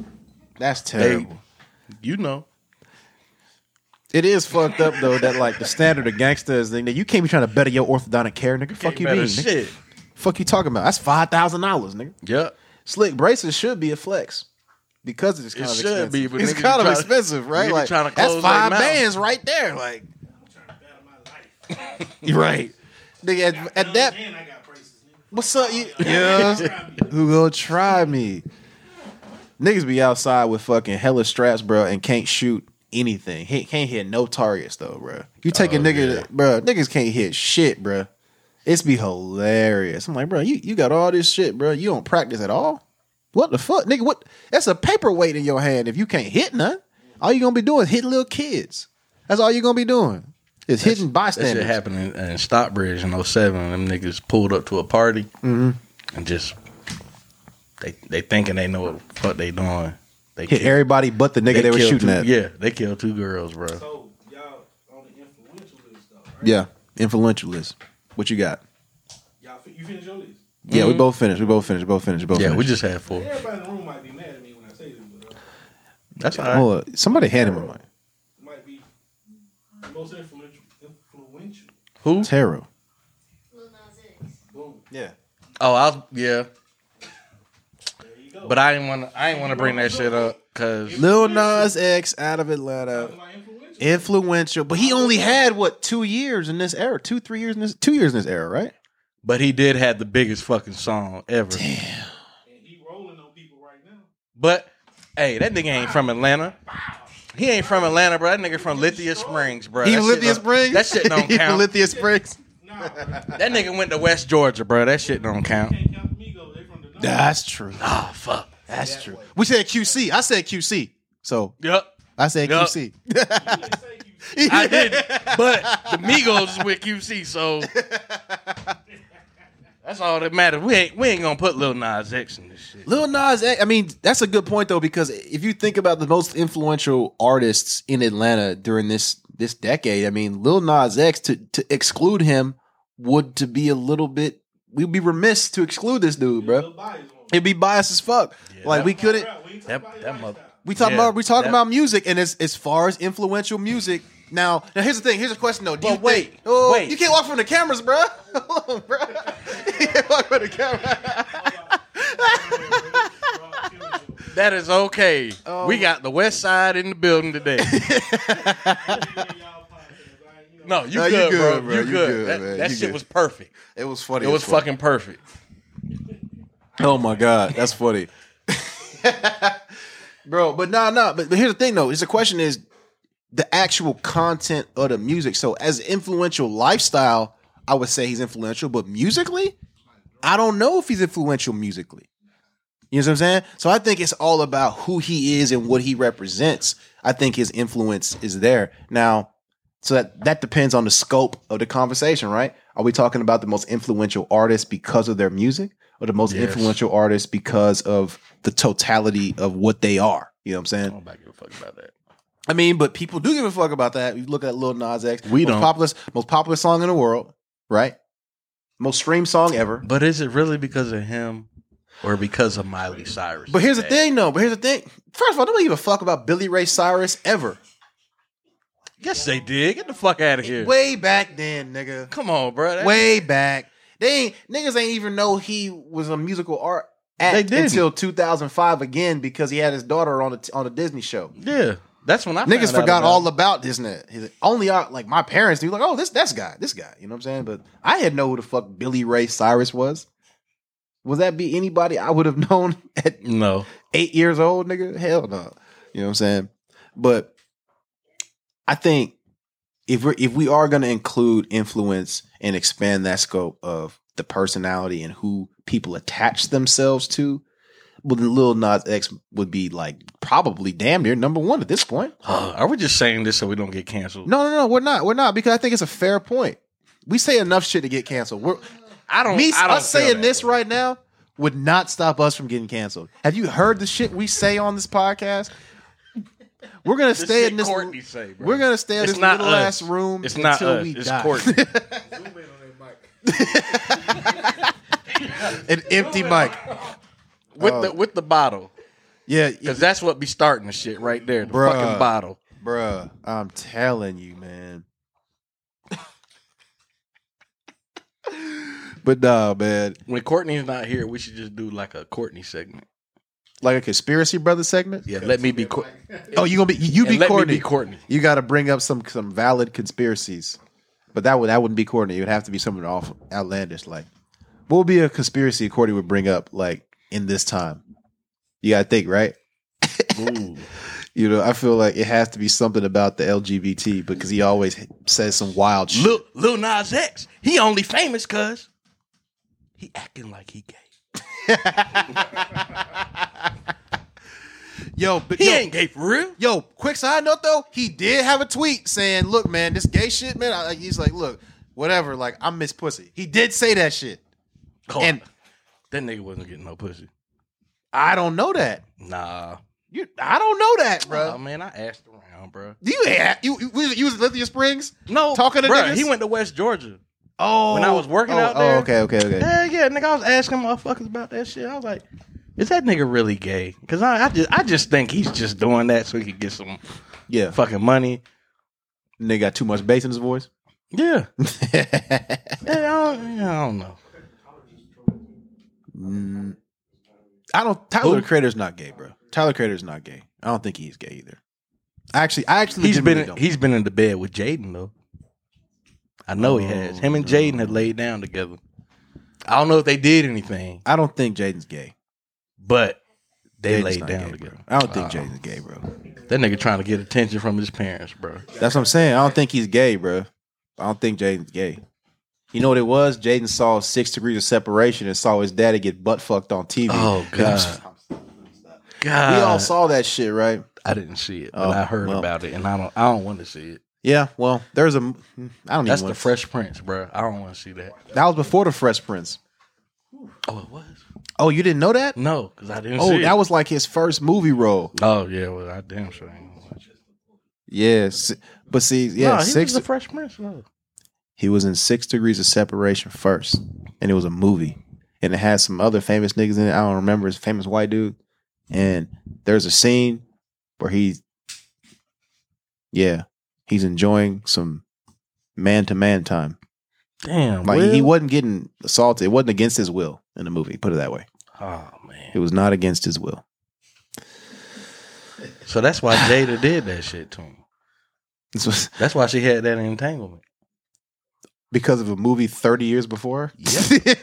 That's They- terrible. you know. it is fucked up though that like the standard of gangsters thing that you can't be trying to better your orthodontic care, nigga. Fuck you, mean? Better nigga? shit. Fuck you talking about? That's five thousand dollars, nigga. Yep. Slick braces should be a flex because it's kind It of should expensive. be, but it's niggas kind of tryna- expensive, right? niggas Like that's tryna close their five mouth. bands right there. Like Out of my life. right, nigga. At, at that, And I got braces, nigga. what's up? You, yeah, who gonna try me? Niggas be outside with fucking hella straps, bro, and can't shoot anything. He can't hit no targets though, bro. You take Oh, a nigga, bro. Niggas can't hit shit, bro. It's be hilarious. I'm like, bro, you, you got all this shit, bro. You don't practice at all. What the fuck, nigga? What? That's a paperweight in your hand. If you can't hit none, all you gonna be doing is hitting little kids. That's all you gonna be doing is hitting That shit bystanders. happened in, in Stockbridge in 07. Them niggas pulled up to a party Mm-hmm. and just they they thinking they know what the fuck they doing. They Hit everybody but the nigga they, were killed shooting two, at. Yeah, they killed two girls, bro. So y'all on the influential list though, right? yeah, influential list. What you got? Y'all, fi- you finish your list. Yeah, we both finished. We both finished. We both finished. We both Mm. Yeah, finished. we just had four. Everybody in the room might be mad at me when I say this, but uh, That's all right. Hold up. Somebody had him a mic. it might be the most influential. Influential. Who? Tarot. Lil Nas X. Boom. Yeah. Oh, I was, yeah. There you go. But I didn't want to. I didn't want to bring that shit up because Lil Nas X out of Atlanta. my influential. Influential. But he only had what two years in this era? Two, three years in this two years in this era, right? But he did have the biggest fucking song ever. And he rolling on people right now. But hey, that nigga ain't from Atlanta. He ain't from Atlanta, bro. That nigga from Lithia Springs, bro. he Oh, That was shit Lithia don't- Springs. That shit don't he was count. Lithia Springs. Nah, bro. That nigga went to West Georgia, bro. That shit don't count. can't count Migos. They from the north. That's true. Oh fuck. That's true. We said QC. I said QC. So Yep. I said Yup. QC. You didn't say you- I did. But the Migos is with QC, so that's all that matters. We ain't we ain't gonna put Lil Nas X in this shit. Lil Nas X, I mean, that's a good point though, because if you think about the most influential artists in Atlanta during this this decade, I mean, Lil Nas X to to exclude him would to be a little bit we'd be remiss to exclude this dude, Little bro. bodies on. It'd be biased as fuck. like we couldn't Bro, we ain't talking That- about his that mother- lifestyle. we talk Yeah, about we talking that- about music and as as far as influential music. Now, now here's the thing. Here's a question though. Do you Well, wait, think- oh, wait. You can't walk from the cameras, bro. Hold on, bro. You can't walk from the camera. That is okay. Um, we got the West Side in the building today. no, No, you, you good, good, bro. bro. You You good. good, that man. that You shit good. was perfect. It was funny. It was fucking perfect. Oh my god, that's funny, bro. But nah, nah. But, but here's the thing, though. Is the question is the actual content of the music. So as influential lifestyle, I would say he's influential. But musically, I don't know if he's influential musically. You know what I'm saying? So I think it's all about who he is and what he represents. I think his influence is there now. So that that depends on the scope of the conversation, right? Are we talking about the most influential artists because of their music, or the most Yes. influential artists because of the totality of what they are? You know what I'm I saying? don't give a fuck about that. I mean, but people do give a fuck about that. You look at Lil Nas X, We most don't. popular, most popular song in the world, right? Most streamed song ever. But is it really because of him or because of Miley Cyrus? But here's the Hey, thing, though. But here's the thing. First of all, nobody give a fuck about Billy Ray Cyrus ever. Yes, they did. Get the fuck out of here. Way back then, nigga. Come on, bro. That- Way back. They ain't, niggas ain't even know he was a musical art act They didn't. until 2005 again because he had his daughter on a t- on a Disney show. Yeah, that's when I Niggas found out forgot about all about Disney. His, only our, like my parents knew, like, oh, this that's guy, this guy. You know what I'm saying? But I had know who the fuck Billy Ray Cyrus was. Would that be anybody I would have known at it. No, eight years old, nigga? Hell no. You know what I'm saying? But I think if we're if we are gonna include influence and expand that scope of the personality and who people attach themselves to, well then Lil Nas X would be like probably damn near number one at this point. Uh, are we just saying this so we don't get canceled? No, no, no, we're not. We're not because I think it's a fair point. We say enough shit to get canceled. We're I don't. me I don't us feel saying that this way. right now would not stop us from getting canceled. Have you heard the shit we say on this podcast? We're gonna This stay shit in this. Courtney say, bro. We're gonna stay in It's this not little us. ass room It's not until us. we it's die. Courtney. An empty mic. with Oh. the with the bottle Yeah, because that's what be starting the shit right there. The Bruh. fucking bottle. bruh. I'm telling you, man. But nah, man, When Courtney's not here, we should just do like a Courtney segment. like a conspiracy brother segment. Yeah, let me be Cour- Oh, you gonna be you, you and be let me Courtney? be Courtney. you got to bring up some some valid conspiracies, but that would that wouldn't be Courtney. It would have to be something off outlandish. Like, what would be a conspiracy Courtney would bring up? Like in this time, you got to think, right? Ooh. You know, I feel like it has to be something about the LGBT because he always says some wild shit. Lil, Lil Nas X, he only famous cause he acting like he gay. yo, but He yo, ain't gay for real. Yo, quick side note though, he did have a tweet saying, "Look, man, this gay shit, man." I, like, he's like, "Look, whatever. Like, I'm Miss Pussy." He did say that shit, Come and on. that nigga wasn't getting no pussy. I don't know that. Nah, You, I don't know that, bro. Oh, man, I asked around, bro. Do you, yeah, you, you, was- you was at Lithia Springs? No, Talking to bruh, niggas? He went to West Georgia Oh, when I was working oh, out there. Oh, okay, okay, okay. Yeah, yeah, nigga. I was asking motherfuckers about that shit. I was like, "Is that nigga really gay?" Because I, I just, I just think he's just doing that so he could get some Yeah, fucking money. nigga got too much bass in his voice. Yeah, Mm, Yeah, Eh, I, don't, yeah, I don't know. Mm, I don't. Tyler Who? the Creator's not gay, bro. Tyler the Creator's not gay. I don't think he's gay either. Actually, I actually He's legitimately been, don't. he's been in the bed with Jaden though. I know he has. Him and Jaden had laid down together. I don't know if they did anything, I don't think Jaden's gay. but they Jaden's laid not down gay, bro. together. I don't think Jaden's gay, bro. That nigga trying to get attention from his parents, bro. That's what I'm saying. I don't think he's gay, bro. I don't think Jaden's gay. You know what it was? Jaden saw six degrees of separation and saw his daddy get butt fucked on TV. Oh, And I'm- We God. God, all saw that shit, right? I didn't see it, but Oh, I heard well. about it, and I don't. I don't want to see it. Yeah. Well, there's a. I don't That's even. the want- Fresh Prince, bro. I don't want to see that. that was before the Fresh Prince. Oh, it was Oh, you didn't know that? no, because I didn't. Oh, see that it. was like his first movie role. Oh yeah, well I damn sure ain't gonna watch it. Yes, but see, yeah, Nah, he six. was the Fresh Prince. though. He was in Six Degrees of Separation first, and it was a movie, and it had some other famous niggas in it. I don't remember. It's a famous white dude, and there's a scene where he's, yeah, he's enjoying some man to man time. Damn, Like Will. he wasn't getting assaulted. It wasn't against his will in the movie. Put it that way. Oh man, It was not against his will. so that's why Jada did that shit to him. This was That's why she had that entanglement. because of a movie thirty years before. Yeah,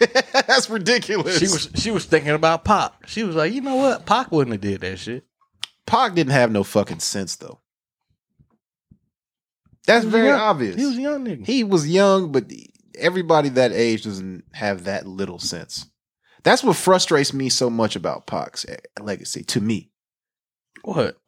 that's ridiculous. She was she was thinking about Pop. She was like, you know what, Pac wouldn't have did that shit. Pac didn't have no fucking sense though. That's He was very young. obvious. He was a young nigga. young, but everybody that age doesn't have that little sense. That's what frustrates me so much about Pac's eh, legacy to me. what?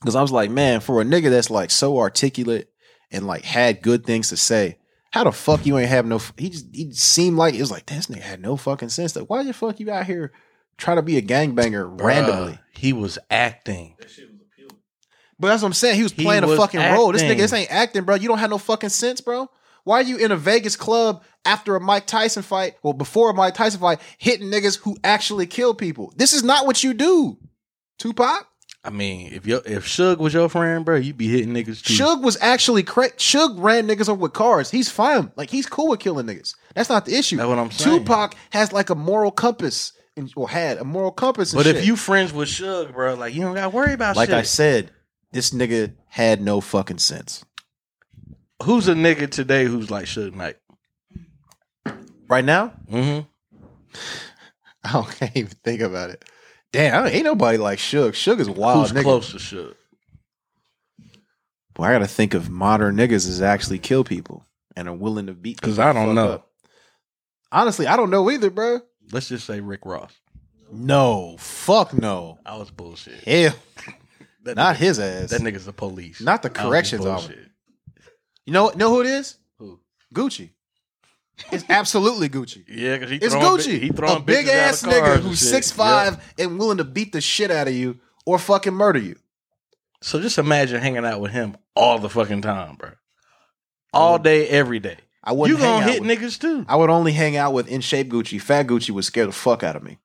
Because I was like, man, for a nigga that's like so articulate and like had good things to say, how the fuck you ain't have no? f- He just he seemed like it was like this nigga had no fucking sense. Like, why the fuck you out here trying to be a gangbanger randomly? Bruh, he was acting. But that's what I'm saying. He was He playing a was fucking role. This nigga, acting. this ain't acting, bro. You don't have no fucking sense, bro. Why are you in a Vegas club after a Mike Tyson fight? Well, before a Mike Tyson fight, hitting niggas who actually kill people. This is not what you do. Tupac, I mean, if your if Suge was your friend, bro, you'd be hitting niggas too. Suge was actually cra- Suge ran niggas over with cars. He's fine. Like he's cool with killing niggas. That's not the issue. That's what I'm saying. Tupac has like a moral compass, and, or had a moral compass. And But shit. if you friends with Suge, bro, like you don't gotta worry about like shit. I said, this nigga had no fucking sense. who's a nigga today who's like Suge Knight? Right now, Mm-hmm. I don't- can't even think about it. Damn, I- ain't nobody like Suge. Suge is wild. who's nigga. close to Suge? Well, I gotta think of modern niggas is actually kill people and are willing to beat. 'Cause people I the don't fuck know. up. Honestly, I don't know either, bro. Let's just say Rick Ross. No, fuck no. I was bullshit. Hell, That not nigga- his ass. That nigga's the police. Not the I was corrections Oh, bullshit. You know, know who it is? Who? Gucci. It's absolutely Gucci. Yeah, because he It's throwing Gucci. bi- he throwing a big bitches out ass of cars nigga and who's shit. six Yep. five and willing to beat the shit out of you or fucking murder you. So just imagine hanging out with him all the fucking time, bro. All day, every day. I wouldn't you hang gonna out hit with- niggas too. I would only hang out with in shape Gucci. Fat Gucci would scare the fuck out of me.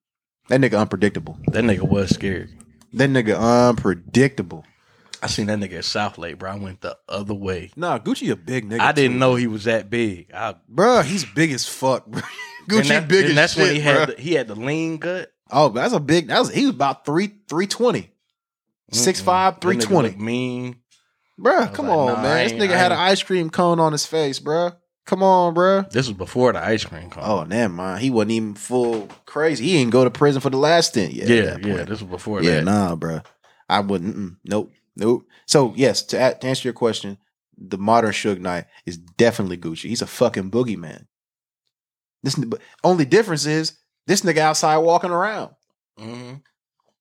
That nigga unpredictable. That nigga was scared. That nigga unpredictable. I seen that nigga at South Lake, bro. I went the other way. Nah, Gucci a big nigga. I didn't too. know he was that big. I Bruh, he's big as fuck, bro. Gucci and that- big and as that's shit, when he had bruh. the, he had the lean gut. Oh, that's a big. That was he was about three three twenty. Six five, That nigga three twenty. look Mean. Bruh, come like, on, nah, I man. This ain't- nigga I had an ain't- ice cream cone on his face, bruh. Come on, bruh. This was before the ice cream cone. Oh, never mind. He wasn't even full crazy. He didn't go to prison for the last stint. Yeah, yeah, yeah. This was before yeah, that. nah, bruh. I wouldn't. mm-mm. Nope, nope. So yes, to, a- to answer your question, the modern Suge Knight is definitely Gucci. He's a fucking boogeyman. This n- but only difference is this nigga outside walking around. hmm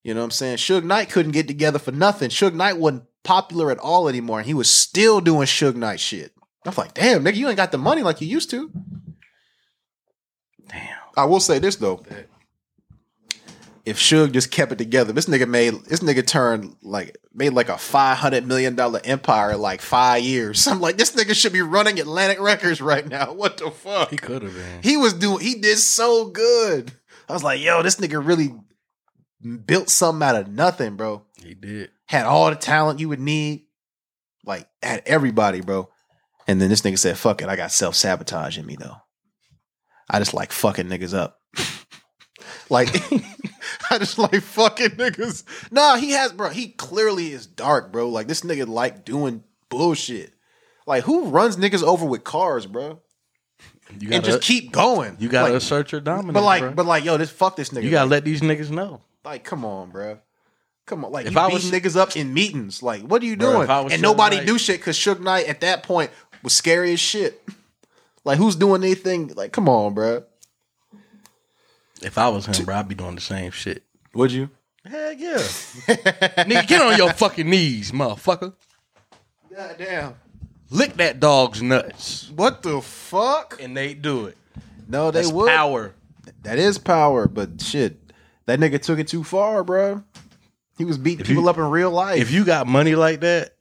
You know what I'm saying? Suge Knight couldn't get together for nothing. Suge Knight wasn't popular at all anymore, and he was still doing Suge Knight shit. I'm like, damn, nigga, you ain't got the money like you used to. Damn. I will say this though. If Suge just kept it together, this nigga made this nigga turned like made like a five hundred million dollar empire in like five years. I'm like, this nigga should be running Atlantic Records right now. What the fuck? He could have been. He was doing he did so good. I was like, yo, this nigga really built something out of nothing, bro. He did. Had all the talent you would need. Like had everybody, bro. And then this nigga said, fuck it, I got self sabotage in me though. I just like fucking niggas up. like I just like fucking niggas. Nah, he has bro, he clearly is dark, bro. Like this nigga like doing bullshit. Like who runs niggas over with cars, bro? You And gotta, just keep going. you gotta like, assert your dominance. but like, bruh. but like, yo, this fuck this nigga. you gotta like, let these niggas know. like, come on, bro. Come on, like, If you I beat was- niggas up in meetings. Like, what are you Bro, doing? if I was and Suge nobody Knight- do shit because Suge Knight at that point was scary as shit. Like, who's doing anything? Like, come on, bro. If I was him, bro, I'd be doing the same shit. Would you? Heck yeah. Nigga, get on your fucking knees, motherfucker. God damn. Lick that dog's nuts. What the fuck? And they do it. No, they That's would. power. That is power, but shit, that nigga took it too far, bro. He was beating If you- people up in real life. If you got money like that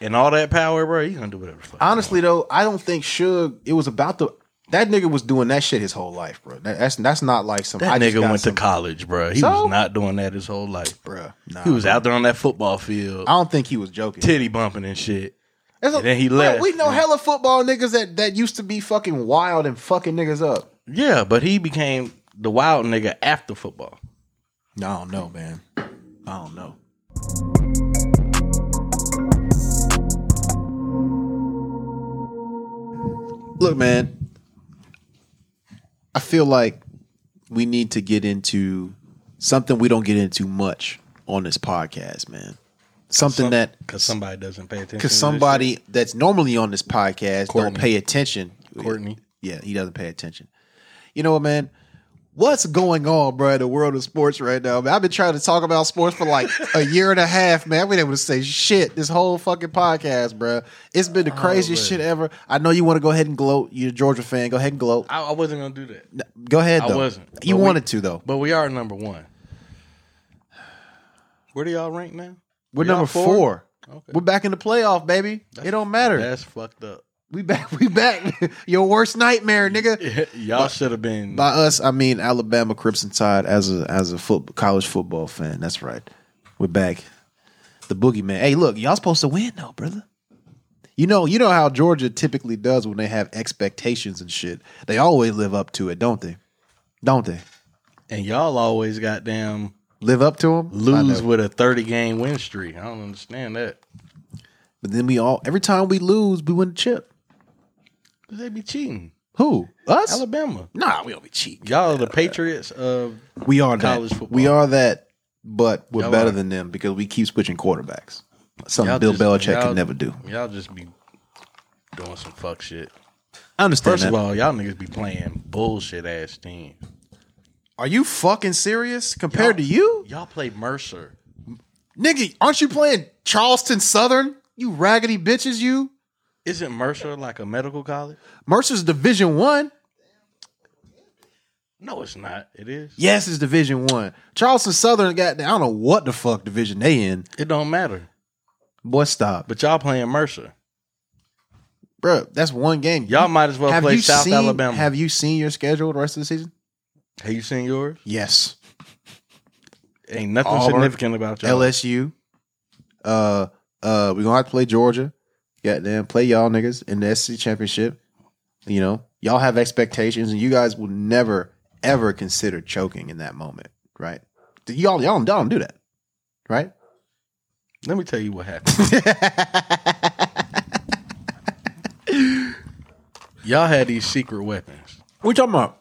and all that power, bro, you gonna do whatever the fuck. you Honestly though, I don't think Suge. It was about the that nigga was doing that shit his whole life, bro. That, that's that's not like some. That I just nigga got went some- to college, bro. He So? was not doing that his whole life. Bruh, Nah, He was bro. out there on that football field, I don't think he was joking. titty bumping and shit. That's a- and then he bro, left. we know hella football niggas that that used to be fucking wild and fucking niggas up. Yeah, but he became the wild nigga after football. No, I don't know, man. I don't know. Look, man. I feel like we need to get into something we don't get into much on this podcast, man. Something that because somebody doesn't pay attention. because somebody that's normally on this podcast Courtney. don't pay attention. Courtney. yeah, he doesn't pay attention. You know what, man? What's going on, bro? In the world of sports right now, man. I've been trying to talk about sports for like a year and a half, man. I've been able to say shit this whole fucking podcast, bro. It's been Oh, the craziest shit ever. I know you want to go ahead and gloat. You're a Georgia fan. Go ahead and gloat. I, I wasn't gonna do that, Go ahead. I Though. wasn't. You But we- wanted to though. but we are number one. Where do y'all rank now? We're Y'all number four? 4 Okay, We're back in the playoff, baby. it don't matter. that's fucked up. We back. We back. Your worst nightmare, nigga. y'all should have been. By us, I mean Alabama Crimson Tide as a as a foot, college football fan. That's right. We're back. The boogeyman. Hey, look, y'all supposed to win though, brother. You know, you know how Georgia typically does when they have expectations and shit. They always live up to it, don't they? Don't they? and y'all always goddamn Live up to them. lose with a thirty game win streak. I don't understand that. but then we all every time we lose, we win the chip. They be cheating. Who? Us? Alabama. Nah, we don't be cheating. Y'all are the Patriots of We are College that. football. We are that, but we're Y'all better are. than them because we keep switching quarterbacks. Something Y'all Bill just- Belichick y'all- can never do. y'all just be doing some fuck shit. I understand First of that. all, y'all niggas be playing bullshit ass team. are you fucking serious? Compared to you, Y'all play Mercer. nigga, aren't you playing Charleston Southern? You raggedy bitches, you. Isn't Mercer like a medical college? Mercer's Division One. No, it's not. It is. Yes, it's Division One. Charleston Southern got. I don't know what the fuck division they in. It don't matter. Boy, stop, But y'all playing Mercer. bro. That's one game. Y'all might as well have play you South seen, Alabama. Have, Have you seen your schedule the rest of the season? you seen yours? Yes. Ain't nothing Auburn, significant about y'all. LSU. Uh, uh, we're gonna have to play Georgia. Goddamn, play y'all niggas in the SEC championship. You know, y'all have expectations, and you guys will never ever consider choking in that moment, right? Y'all, y'all don't do that, right? Let me tell you what happened. Y'all had these secret weapons. We're talking about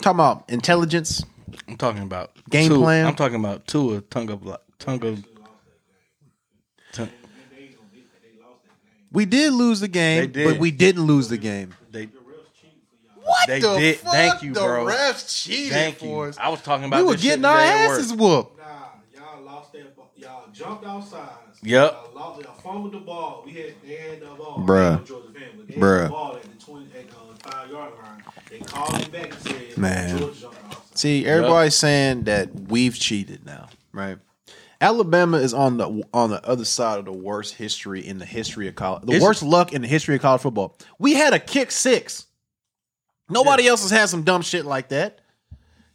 talking about intelligence. I'm talking about Game Tua- plan? I'm talking about Tua tongue of Lo- tongue of. Tongue, We did lose the game, They did. but we didn't lose the game. they What They the did. fuck? Thank you, the bro. refs cheated thank for you. us. I was talking about We were this shit getting our today at work. asses whooped. Nah, y'all lost that. bu- Y'all jumped outside. Yep. Y'all, lost, y'all fumbled the ball. We had they had the ball. Bruh. No Georgia fan, but they Bruh. had the ball at the twenty at the uh, five yard line. They called it back and said, Man. Georgia jumped outside. See, everybody's saying that we've cheated now, right? Alabama is on the on the other side of the worst history in the history of college, the It's- worst luck in the history of college football. We had a kick six. Nobody else has had some dumb shit like that.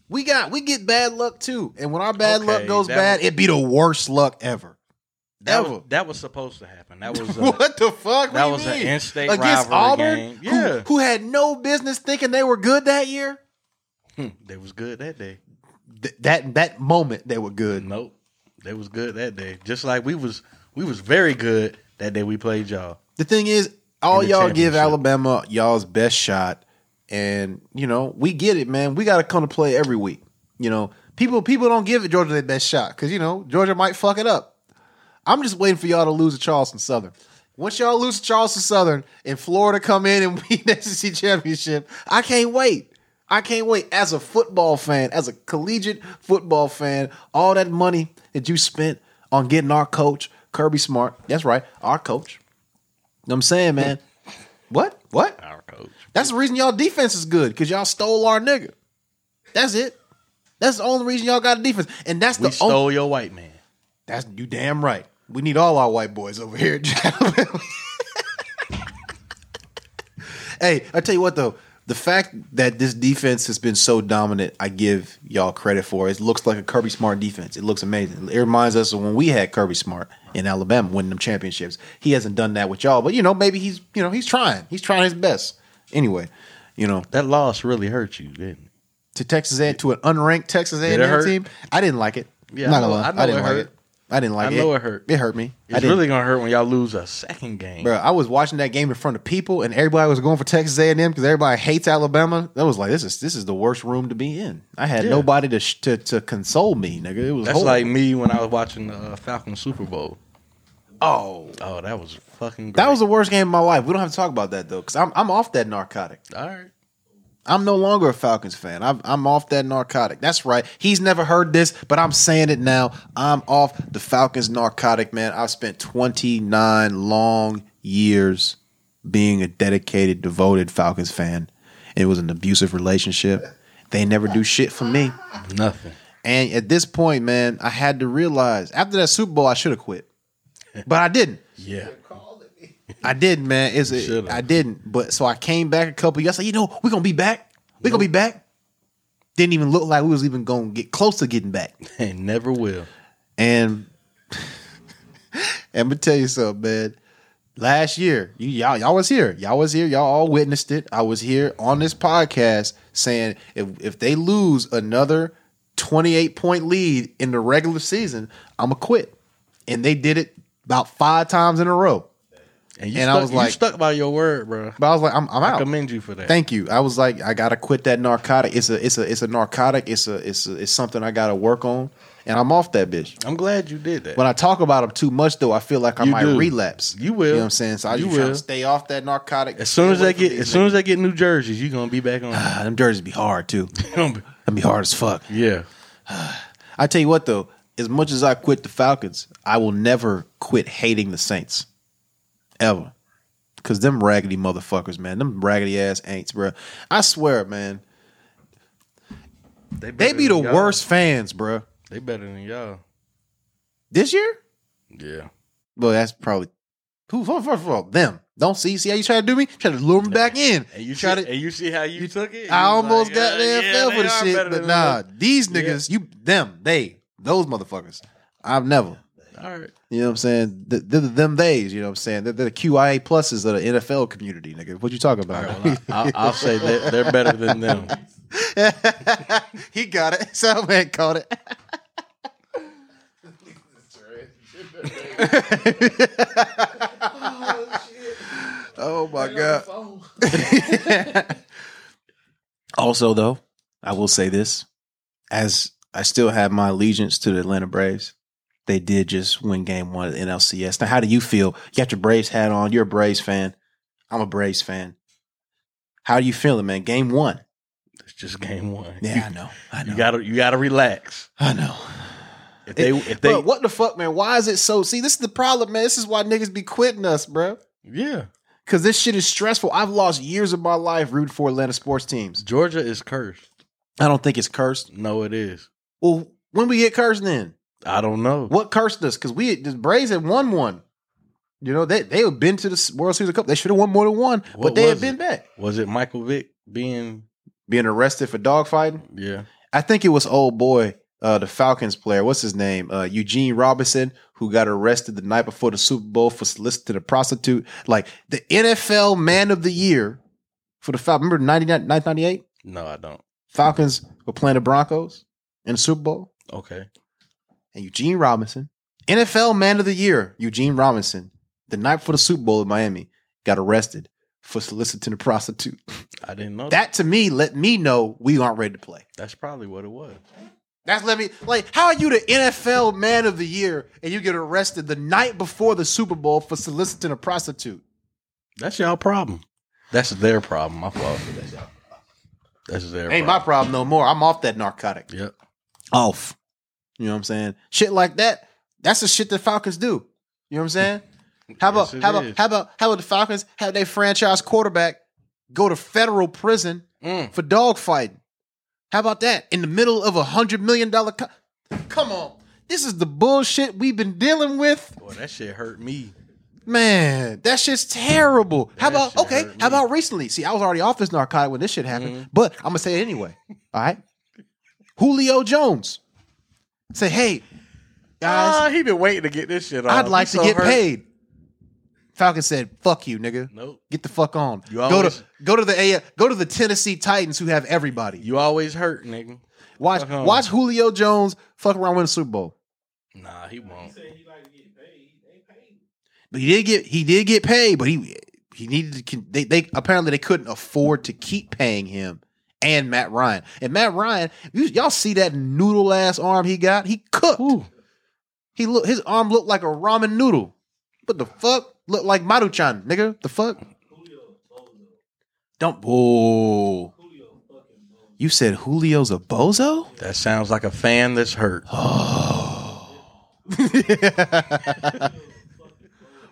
We got we get bad luck too, and when our bad luck Okay, goes that bad, was- it'd be the worst luck ever. That ever. was, that was supposed to happen. That was uh, what the fuck? What that do you was an mean? in-state against rivalry Auburn, game. who- Yeah. who had no business thinking they were good that year. they was good that day. Th- that that moment they were good. Nope, they was good that day. Just like we was we was very good that day we played y'all. The thing is, all In the y'all give championship. Alabama y'all's best shot, and you know we get it, man. We got to come to play every week. You know, people people don't give Georgia their best shot because you know Georgia might fuck it up. I'm just waiting for y'all to lose to Charleston Southern. Once y'all lose to Charleston Southern and Florida come in and win the SEC championship, I can't wait. I can't wait. As a football fan, as a collegiate football fan, all that money that you spent on getting our coach, Kirby Smart, that's right, our coach. You know what I'm saying, man? what? What? Our coach. That's the reason y'all defense is good, because y'all stole our nigga. That's it. That's the only reason y'all got a defense. And that's We the only stole your white man. that's you damn right. We need all our white boys over here. gentlemen. hey, I tell you what though, the fact that this defense has been so dominant, I give y'all credit for. It looks like a Kirby Smart defense. It looks amazing. It reminds us of when we had Kirby Smart in Alabama winning them championships. He hasn't done that with y'all, but you know, maybe he's you know he's trying. He's trying his best. Anyway, you know, That loss really hurt you, didn't to Texas A to an unranked Texas it A&M hurt? team. I didn't like it. Yeah, Not I know- gonna lie. I know I didn't it like hurt. it. I didn't like I it. know it hurt. It hurt me. it? I It's didn't, really gonna hurt when y'all lose a second game. bro. I was watching that game in front of people, and everybody was going for Texas A and M because everybody hates Alabama. That was like this is this is the worst room to be in. I had Yeah. nobody to, sh- to to console me, nigga. It was That's horrible. like me when I was watching the uh, Falcon Super Bowl. oh, Oh, that was fucking. Great. that was the worst game of my life. We don't have to talk about that though, because I'm I'm off that narcotic. all right. I'm no longer a Falcons fan. I'm, I'm off that narcotic. That's right. He's never heard this, but I'm saying it now. I'm off the Falcons narcotic, man. I've spent 29 long years being a dedicated, devoted Falcons fan. It was an abusive relationship. They never do shit for me. Nothing. And at this point, man, I had to realize after that Super Bowl, I should have quit, but I didn't. Yeah. I didn't, man. It's You should've. I didn't. But so I came back a couple years. I said, you know, we're gonna be back. We're gonna be back. Didn't even look like we was even gonna get close to getting back. And never will. And I'm gonna tell you something, man. Last year, you y'all y'all was here. Y'all was here. Y'all all witnessed it. I was here on this podcast saying if if they lose another 28 point lead in the regular season, I'm gonna quit. And they did it about five times in a row. And you And I stuck, was you like- stuck by your word, bro. But I was like, I'm, I'm out. I commend you for that. Thank you. I was like, I gotta quit that narcotic. It's a, it's a, it's a narcotic. It's a, it's a, it's something I gotta work on, and I'm off that bitch. I'm glad you did that. When I talk about them too much, though, I feel like I You might do. relapse. You will. You know what I'm saying? So I You just try to will. stay off that narcotic. as soon as Stay away they from get, these as soon as they get new jerseys, you gonna be back on. niggas. Ah, them jerseys be hard too. You gonna be- Them be hard as fuck. yeah. I tell you what though, as much as I quit the Falcons, I will never quit hating the Saints. Ever. Cause them raggedy motherfuckers, man. Them raggedy ass ain'ts, bro. I swear, man. They better be the than y'all. worst fans, bruh. They better than y'all. This year? Yeah. Well, that's probably who first of all, them. Don't see see how you try to do me? Try to lure me back in. And you try try to and you see how you, took it. I You was almost like, got uh, there yeah, fell they for the are shit. better But than nah, us. these niggas, you them, they, those motherfuckers. I've never. All right. You know what I'm saying? Th- They're the them theys. You know what I'm saying? They're, they're the QIA pluses of the NFL community, nigga. What you talking All about? right. Well, I, I, I'll say that they're better than them. he got it. Salman caught it. oh my god. also, though, I will say this: as I still have my allegiance to the Atlanta Braves, they did just win Game One of the NLCS. Now, how do you feel? You got your Braves hat on. You're a Braves fan. I'm a Braves fan. How are you feeling, man? Game one. It's just game one. Yeah, I know. I You, know. you gotta you gotta relax. I know. If they if they Bro, what the fuck, man? Why is it so? See, this is the problem, man. This is why niggas be quitting us, bro. yeah, Because this shit is stressful. I've lost years of my life rooting for Atlanta sports teams. Georgia is cursed. I don't think it's cursed. No, it is. Well, when we get cursed, then I don't know. what cursed us? Because we the Braves had won one. You know they they have been to the World Series Cup. They should have won more than one, What but they had was been back. Was it Michael Vick being? Being arrested for dogfighting. Yeah, I think it was old boy, uh, the Falcons player. What's his name? Uh, Eugene Robinson, who got arrested the night before the Super Bowl for soliciting a prostitute. Like the NFL Man of the Year for the Falcons. Remember 99 1998? no, I don't. Falcons were playing the Broncos in the Super Bowl, Okay, and Eugene Robinson, NFL Man of the Year, Eugene Robinson, the night before the Super Bowl in Miami, got arrested for soliciting a prostitute. I didn't know that. That to me let me know we aren't ready to play. That's probably what it was. That's let me like how are you the NFL man of the year and you get arrested the night before the Super Bowl for soliciting a prostitute? That's y'all problem. That's their problem. My fault. for that. That's their Ain't my problem problem. no more. I'm off that narcotic. yep. Off. You know what I'm saying? Shit like that. That's the shit that Falcons do. You know what I'm saying? How about Yes, it how about is. how about how about the Falcons have their franchise quarterback go to federal prison Mm. for dogfighting? How about that? In the middle of a hundred million dollar co- come on. This is the bullshit we've been dealing with. Boy, that shit hurt me. Man, that shit's terrible. How That about shit okay? hurt me. Mm-hmm. How about recently? See, I was already off this narcotic when this shit happened, but I'm gonna say it anyway. All right, Julio Jones say, "Hey guys, Ah, he been waiting to get this shit off. I'd like He to so get hurt. paid." Falcon said, "Fuck you, nigga. Nope. Get the fuck on. You go always- to go to the AF, go to the Tennessee Titans, who have everybody. You always hurt, nigga. Watch Fuck on. watch Julio Jones fuck around win the Super Bowl, Nah, he won't. Said he like to get paid. They paid. but he did get he did get paid, but he he needed to con- they they apparently they couldn't afford to keep paying him and Matt Ryan and Matt Ryan you, y'all see that noodle ass arm he got he cooked he look his arm looked like a ramen noodle what the fuck looked like Maruchan nigga the fuck Julio Bozo. don't whoa Julio fucking Bozo. you said Julio's a bozo That sounds like a fan that's hurt.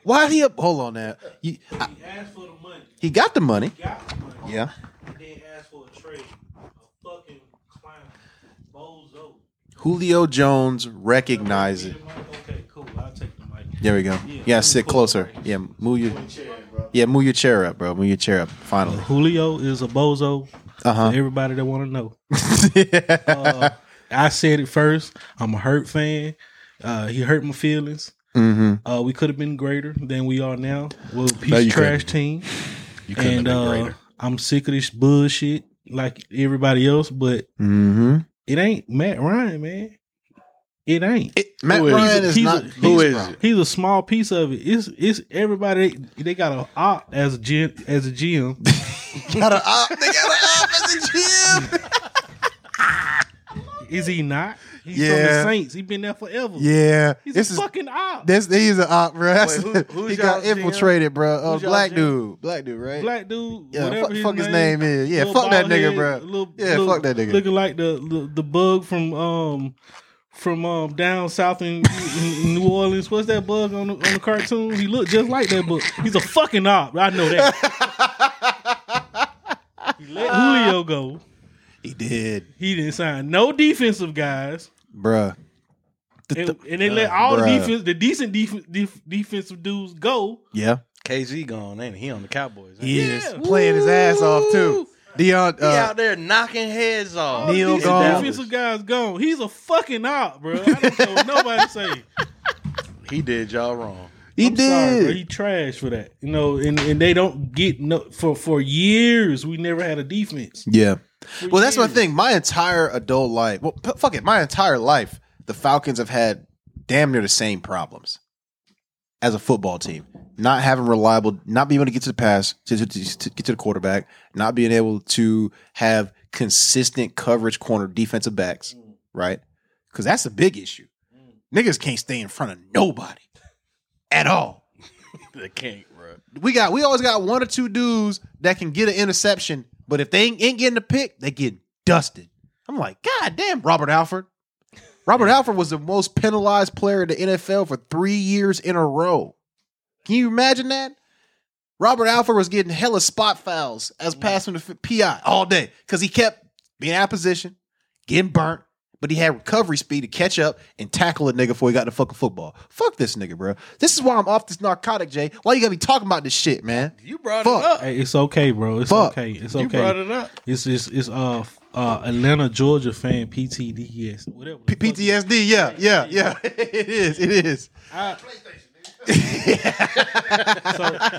why he up hold on now You- I- He asked for the money. he got the money Got the money. yeah And then asked for a trade. A fucking clown. Bozo. Julio Jones recognizes Get the mic? Okay, cool. I'll take the mic. There we go. Yeah. Yeah, sit closer. Yeah, move your Chair, bro. yeah, move your chair up, bro. Move your chair up. Finally. Julio is a bozo. Uh for huh. Everybody that want to know. Uh, I said it first. I'm a hurt fan. Uh, he hurt my feelings. hmm Uh, we could have been greater than we are now. Well, piece you of trash team. You couldn't And have been uh, greater. I'm sick of this bullshit like everybody else, but hmm it ain't Matt Ryan, man. It ain't. Matt Who is- Ryan is he's not. a- Who he's is wrong. it? He's a small piece of it. It's it's everybody. They, they got a op as a gym as a gym. Got an op. They got an op as a gym. Is he not? He's Yeah. from the Saints. He been there forever. Yeah, He's this a is fucking op. this. He's an op, bro. That's- who- who's he got y'all's GM? infiltrated, bro. Uh, Who's y'all's black GM? dude, black dude, right? black dude. Yeah, whatever fuck- his fuck his name is. Yeah, Little fuck that bald nigga, head, bruh. little- Yeah, little- fuck that nigga. Looking like the, the the bug from um from um down south in, in New Orleans. What's that bug on the, on the cartoons? He looked just like that bug. He's a fucking op. I know that. he let Julio go. He did, He didn't sign no defensive guys. bruh. And, and they let all the bruh. defense, the decent def, def, defensive dudes go. Yeah, KZ gone, ain't he? He on the Cowboys. ain't he he? is Yeah. playing his ass off too. Deion, uh, He out there knocking heads off. All Neil these gone. defensive guys gone. He's a fucking out, bro. I don't care what nobody say. He did y'all wrong. He I'm sorry, did. bro. he trashed for that. You know, and, and they don't get no for for years. We never had a defense. Yeah. Well, that's my years. thing. My entire adult life, well, p- fuck it, my entire life, the Falcons have had damn near the same problems as a football team. Not having reliable, not being able to get to the pass, to, to- to- to get to the quarterback, not being able to have consistent coverage corner defensive backs, right? Because that's a big issue. Niggas can't stay in front of nobody at all They can't, bro. we got we always got one or two dudes that can get an interception, but if they ain't, ain't getting a pick, they get dusted. I'm like, God damn, Robert Alford. Robert Alford was the most penalized player in the NFL for three years in a row. Can you imagine that? Robert Alford was getting hella spot fouls as passing the PI all day because he kept being out of position, getting burnt, but he had recovery speed to catch up and tackle a nigga before he got the fucking football. Fuck this nigga, bro. This is why I'm off this narcotic, Jay. Why you gotta be talking about this shit, man? You brought Fuck. it up. Hey, it's okay, bro. It's Fuck. okay. It's You brought okay. it up. It's it's it's uh f- uh Atlanta Georgia fan PTDS whatever the P- fuck it- PTSD, yeah, yeah, yeah. it is, it is. So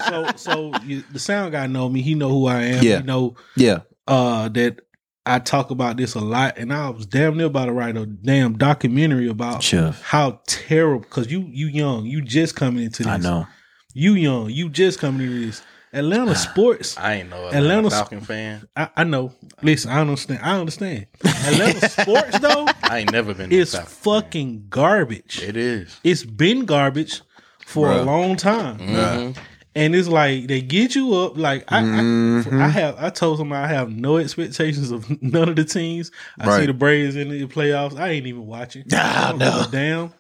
so so you, the sound guy know me. He know who I am. Yeah. He know Yeah. uh that I talk about this a lot, and I was damn near about to write a damn documentary about Sure. how terrible. Because you you young, you just coming into this. you young, you just coming into this. Atlanta sports, I ain't no Atlanta, Atlanta Falcon fan. I, I know. Listen, I understand. I understand. Atlanta sports though I ain't never been. no is Falcon fucking garbage. Fan. It is. it's been garbage for a Bruh. Mm-hmm. long time. And it's like they get you up. Like I, Mm-hmm. I, I have, I told somebody I have no expectations of none of the teams. I Right. see the Braves in the playoffs. I ain't even watching. Ah, I don't give a Damn.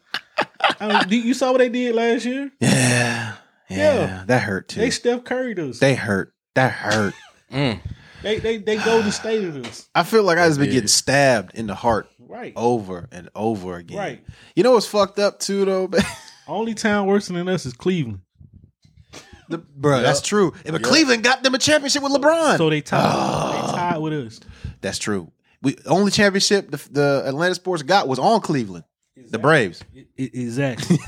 I mean, you saw what they did last year? Yeah. Yeah. Yeah. That hurt too. They Steph Curry us. They they hurt. That hurt. they they, they go to state of us. I feel like I just been Yeah. getting stabbed in the heart Right. over and over again. Right. You know what's fucked up too though, man? Only town worse than us is Cleveland. The, bro, that's true. But Cleveland got them a championship with LeBron. So they tied. They Ah. tied with us. that's true. We only championship the, the Atlanta sports got was on Cleveland, the Braves. E- e- Exactly.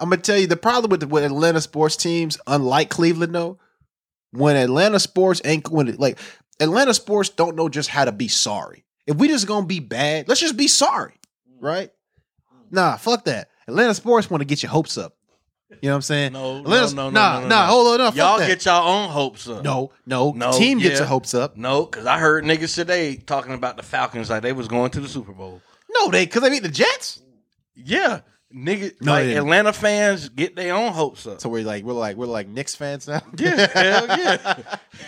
I'm gonna tell you the problem with with Atlanta sports teams, unlike Cleveland, though, when Atlanta sports ain't when it, like Atlanta sports don't know just how to be sorry. If we just gonna be bad, let's just be sorry, Mm. right? Nah, fuck that. Atlanta sports want to get your hopes up. You know what I'm saying? No, Atlanta, no, no, no, nah, no, no, nah. no. Hold on, no, fuck Y'all that. get y'all own hopes up. no, no, No, Team gets yeah. their hopes up. no, because I heard niggas today talking about the Falcons like they was going to the Super Bowl. No, they because they beat the Jets. Yeah, nigga, No, like they didn't. Atlanta fans get their own hopes up. So we're like, we're like, we're like Knicks fans now. yeah, hell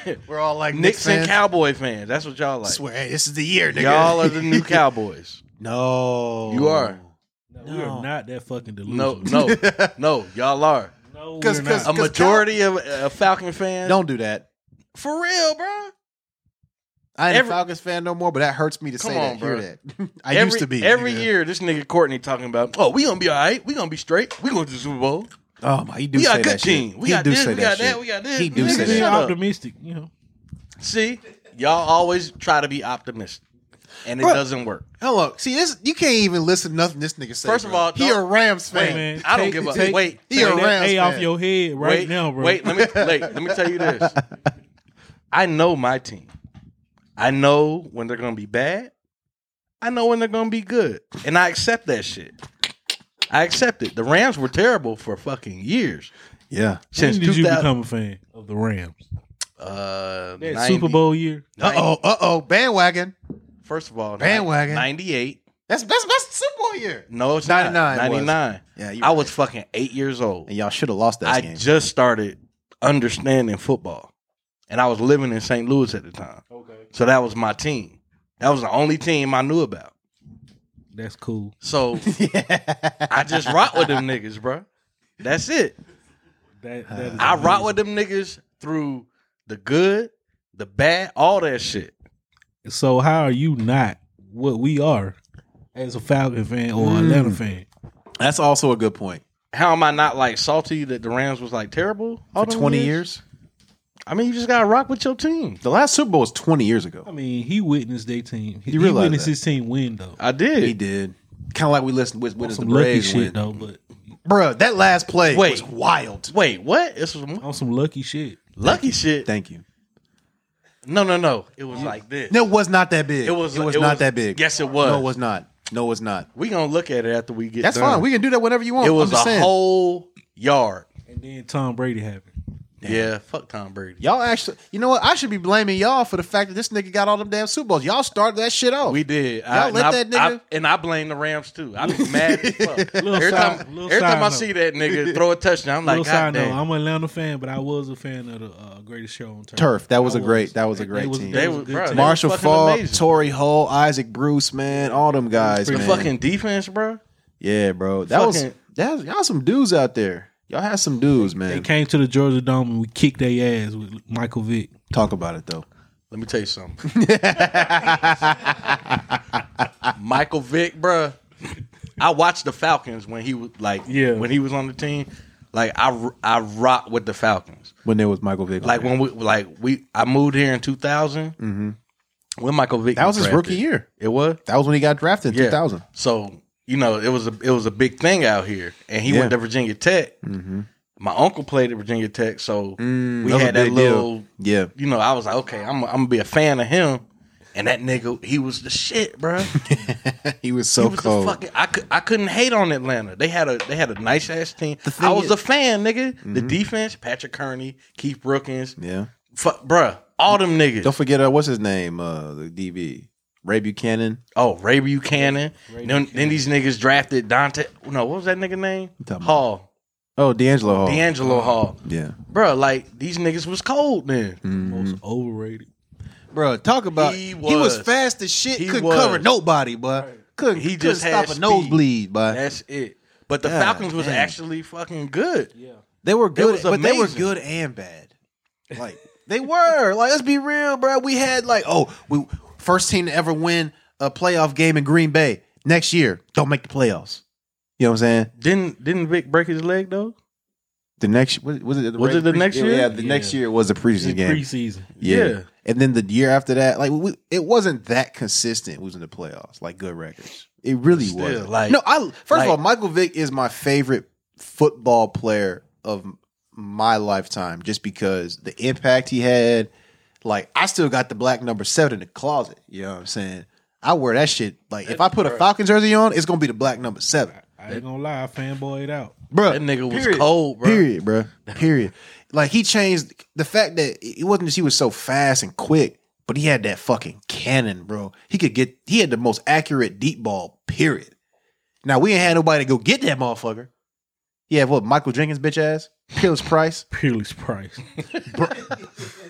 yeah. we're all like Knicks and Cowboys. Cowboy fans. That's what y'all like. Swear, hey, this is the year, nigga. Y'all are the new Cowboys. No, You are. We are not that fucking No, delusional. no, no. Y'all are no, Cause- we're cause- not. a 'Cause majority of uh, Falcon fans. Don't do that. for real, bro. I ain't Every- a Falcons fan no more, but that hurts me to Come say on, that. Hear bro. that. I every, used to be Every nigga. year, this nigga Courtney talking about, oh, we gonna be all right. We gonna be straight. We going to the Super Bowl. Oh my, he do we got say a good that team. Shit. We He got do this. say We got shit. that. We got this. He do Nigga, say Niggas that. being shut up. optimistic, you know. See, y'all always try to be optimistic, and it Bro. doesn't work. Hello, see this. You can't even listen to nothing this nigga say. First of bro. all, he don't- a Rams fan. man. I don't Take- give a take- wait. He a Take that Rams A fan. off your head right wait, now, bro. Wait, let me wait, let me tell you this. I know my team. I know when they're gonna be bad. I know when they're gonna be good. And I accept that shit. I accept it. The Rams were terrible for fucking years. yeah, When Since did you 2000 become a fan of the Rams? uh, That 90 Super Bowl year. uh oh, uh oh, bandwagon. First of all, Bandwagon. 98. That's that's that's the Super Bowl year. No, it's 99. 99 Not. was. 99. Yeah, you I right. was fucking eight years old. And y'all should have lost that I game. just started understanding football, and I was living in St. Louis at the time. Okay, So that was my team. That was the only team I knew about. that's cool. So I just rock with them niggas, bro. That's it. That, that is I rock amazing. with them niggas through the good, the bad, all that shit. So how are you not what we are as a Falcon fan or Hmm. Atlanta fan? that's also a good point. How am I not like salty that the Rams was like terrible all For them twenty years, I mean, you just gotta rock with your team. the last Super Bowl was twenty years ago. I mean, he witnessed their team. He, You he realize witnessed that? his team win though. I did. He did. Kind of like we listened with, with the Some lucky Braves win. shit though, but Bruh, that last play Wait. was wild. Wait, what? This was on some lucky shit. lucky shit. Thank you. No, no, no. It was like this. No, it was not that big. It was- It was it not was- that big. yes, it was. No, it was not. No, it was not. We gonna look at it after we get. That's done. fine. We can do that whenever you want. It I'm was a just saying. whole yard. And then Tom Brady happened. Yeah, fuck Tom Brady. Y'all actually, you know what? I should be blaming y'all for the fact that this nigga got all them damn Super Bowls. Y'all started that shit off. We did. Y'all let and that nigga- I, and I blame the Rams too. I was mad as fuck. every side- time, little every time side I note. see that nigga throw a touchdown, I'm like, Little God side note, damn. I'm an Atlanta fan, but I was a fan of the uh, greatest show on turf. Turf. That was I a great- that was a They- great they was- team. they They was a was- good bruh, team. they was- Marshall fucking Falk, amazing. Torrey Hall, Isaac Bruce, man, all them guys. the man. fucking defense, bro. yeah, bro. That was fucking- that was- y'all some dudes out there. Y'all had some dudes, man. They came to the Georgia Dome and we kicked their ass with Michael Vick. Talk about it though. Let me tell you something. Michael Vick, bruh. I watched the Falcons when he was like, Yeah. when he was on the team. Like I, I rock with the Falcons. When there was Michael Vick, on Like there. when we, like we, I moved here in 2000. When Michael Vick, Mm-hmm. that was his drafted. rookie year. It was. That was when he got drafted in Yeah. 2000. So you know, it was a it was a big thing out here, and he Yeah. Mm-hmm. went to Virginia Tech. My uncle played at Virginia Tech, so we Mm, was a had that big deal. little. Yeah. You know, I was like, okay, I'm I'm gonna be a fan of him, and that nigga, he was the shit, bro. He He was so was cold. the fucking. I could I couldn't hate on Atlanta. They had a they had a nice ass team. thing I was is- Mm-hmm. a fan, nigga. The defense, Patrick Kearney, Keith Brookins, yeah. fuck, bruh, all them niggas. Don't forget uh, what's his name? Uh the DB. Ray Buchanan. Oh, Ray Buchanan. then, then these niggas drafted Dante. No, what was that nigga name? talking about- Hall. Oh, D'Angelo Hall. D'Angelo Hall. yeah. Bro, like these niggas was cold then. Mm. Most Mm-hmm. overrated. Bro, talk about He he was, was. fast as shit. He couldn't was. cover nobody, but couldn't He he just just had stop a speed. nosebleed, but That's it. But the God Falcons was damn. actually fucking good. they were good, was but they were amazing. good and bad. Like they were. Like let's be real, bro. We had like oh we first team to ever win a playoff game in Green Bay next year. Don't make the playoffs. You know what I'm saying? Didn't didn't Vic break his leg though? The next was, was it the Was it the next year? Yeah, the next year was the preseason It's game. preseason. Yeah. Yeah. And then the year after that, like we, it wasn't that consistent. Who's in the playoffs? Like good records. It really Still, was. Like like- no, I first like- of all, Michael Vick is my favorite football player of my lifetime, just because the impact he had. Like I still got the black number seven in the closet. You know what I'm saying? I wear that shit. Like if I put a Falcon jersey on, it's gonna be the black number seven, I ain't gonna lie, I fanboyed out. bro. That nigga was cold, bro. Period, bro. Period. Like he changed the fact that it wasn't just he was so fast and quick, but he had that fucking cannon, bro. He could get he had the most accurate deep ball, period. Now we ain't had nobody to go get that motherfucker. He had what Michael Jenkins bitch ass, Pierce Price, Peerless Price.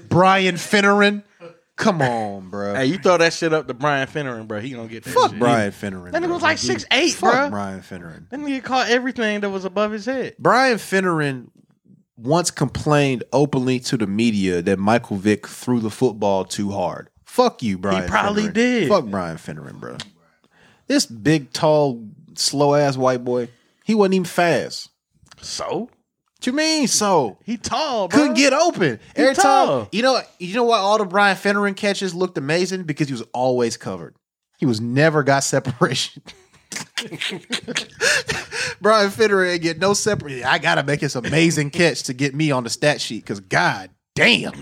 Brian Finneran. Come on, bro. Hey, you throw that shit up to Brian Finneran, bro. He gonna get that fuck shit. Brian Finneran. That nigga bro. was like 6'8", fuck bro. Brian Finneran. That nigga caught everything that was above his head. Brian Finneran once complained openly to the media that Michael Vick threw the football too hard. Fuck you, Brian. probably Finneran. did. Fuck Brian Finneran, bro. This big, tall, slow ass white boy, he wasn't even fast. So What you mean so? he tall, bro. Couldn't get open every tall. time. You know, you know why all the Brian Finneran catches looked amazing because he was always covered. He was never got separation. Brian Finneran ain't get no separation. I gotta make this amazing catch to get me on the stat sheet because god damn.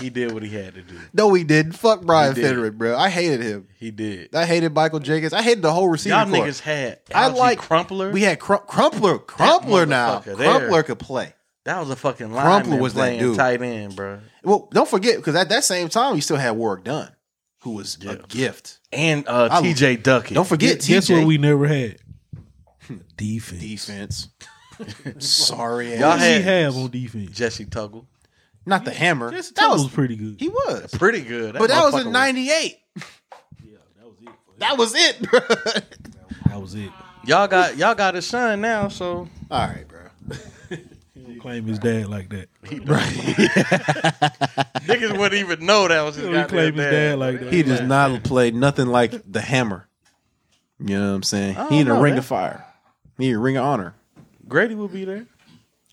He did what he had to do. No, he didn't. Fuck Brian He did. Finneran, bro. I hated him. He did. I hated Michael Jenkins. I hated the whole receiving Y'all corps. niggas had. I Algie like- Crumpler. We had Crum- Crumpler. Crumpler now. motherfucker there. Crumpler could play. That was a fucking Crumpler lineman was that playing dude. tight end, bro. Well, don't forget because at that same time you still had Warwick Dunn, who was Yeah. a gift. And uh, I- TJ Duckett. Don't forget TJ. Guess what we never had? Defense. defense. Sorry, Y'all y'all What had- did had he have on defense? Jesse Tuggle. not the hammer. Jesse that was, was pretty good. he was, Pretty good. but that was motherfucker in '98. That was it, bro. That was it. Y'all got y'all got his son now, so All right, bro. He don't claim his dad like that. niggas wouldn't even know that was his He don't claim his dad like that. He does not play nothing like the hammer. You know what I'm saying? He in a know, ring man. of fire. He in a ring of honor. Grady will be there.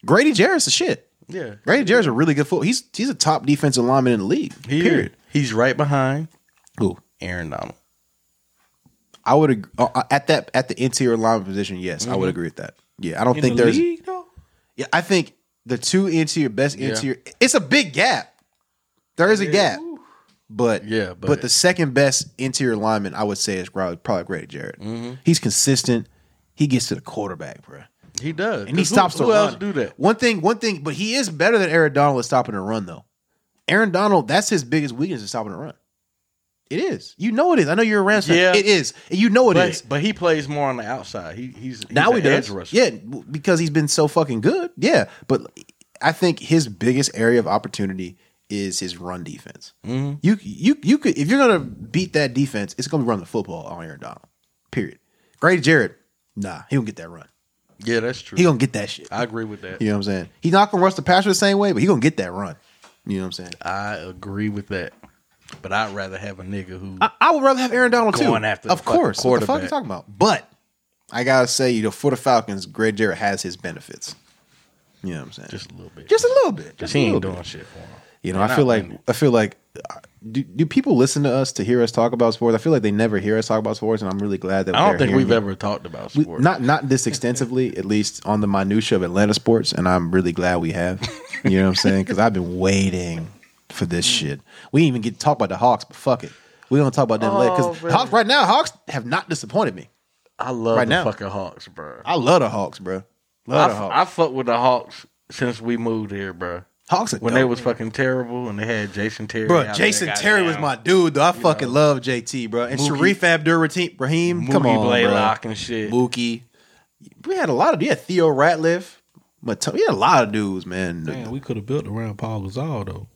Grady Jarrett's a shit. Yeah, Grady Jarrett's a really good foot. He's he's a top defensive lineman in the league. He- period. He's right behind Who? Aaron Donald. I would agree, uh, at that at the interior line position. Yes, I would agree with that. Yeah, I don't think the there's. league though. Yeah, I think the two interior best interior. It's a big gap. There is a gap, but Yeah, but, but- the second best interior lineman I would say is probably probably Grady Jarrett. Mm-hmm. He's consistent. He gets to the quarterback, bro, He and does, he 'Cause who- stops Who, the else run. do that? One thing, one thing, but he is better than Aaron Donald at stopping the run, though. Aaron Donald, that's his biggest weakness is stopping the run. It is. You know it is. I know you're a Rams fan. Yeah. It is. And you know it is. But, but he plays more on the outside. He, he's, he's Now an he does. edge rusher. Yeah, w- because he's been so fucking good. Yeah, but I think his biggest area of opportunity is his run defense. Mm-hmm. You you you could if you're gonna beat that defense, it's gonna be run the football on Aaron Donald. Period. Grady Jarrett, nah, he gonna get that run. yeah, that's true. He gonna get that shit. I agree with that. You know what I'm saying? He's not gonna rush the passer the same way, but he gonna get that run. You know what I'm saying? I agree with that. But I'd rather have a nigga who I, I would rather have Aaron Donald Going too. after the of fucking course. What the fuck are you quarterback. talking about? But I gotta say, you know, for the Falcons, Grady Jarrett has his benefits. You know what I'm saying? just a little bit. just a little bit. Just he a little ain't bit. doing shit for him. You know, And I feel I like mean- I feel like uh, do, do people listen to us to hear us talk about sports? I feel like they never hear us talk about sports, and I'm really glad that I don't they're think hearing we've it. ever talked about We- sports. not not this extensively, at least on the minutia of Atlanta sports, and I'm really glad we have. You know what I'm saying? Because I've been waiting for this Mm. shit. We didn't even get to talk about the Hawks, but fuck it, we don't talk about them later. Because man. Hawks right now, Hawks have not disappointed me. I love Right the now. fucking Hawks, bro. I, I love the Hawks, bro. Love the Hawks. I fuck with the Hawks since we moved here, bro. Hawks are When dope. they was fucking terrible and they had Jason Terry. out Bro, there, Jason goddamn. Terry was my dude, though. I fucking love JT, bro. And Mookie- Sharif Abdur-Rahim, Mookie come on, bro. Blaylock and shit. Mookie. We had a lot of, yeah, Theo Ratliff. Mato- we had a lot of dudes, man. Man, we could have built around Paul Gasol though.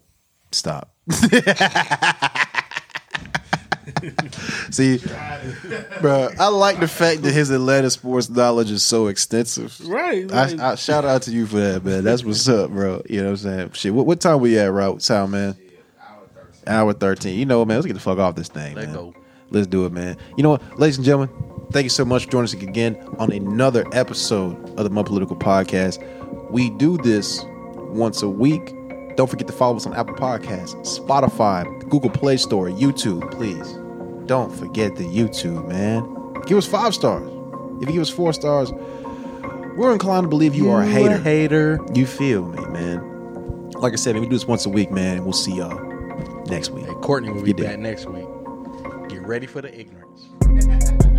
Stop. See, bro, I like the fact that his Atlanta sports knowledge is so extensive. Right. I, I shout out to you for that, man. That's what's up, bro. You know what I'm saying? Shit, what, what time we at, right? What time, man? Hour 13. You know what, man? Let's get the fuck off this thing, Let man. go. Let's do it, man. You know what, ladies and gentlemen, thank you so much for joining us again on another episode of the My Political Podcast. We do this once a week. Don't forget to follow us on Apple Podcasts, Spotify, Google Play Store, YouTube, please. Don't forget the YouTube, man. Give us five stars. If you give us four stars, we're inclined to believe you, are a hater. hater. You feel me, man. Like I said, man, we do this once a week, man, and we'll see y'all next week. Hey, Courtney will be You did. back next week. Get ready for the ignorance.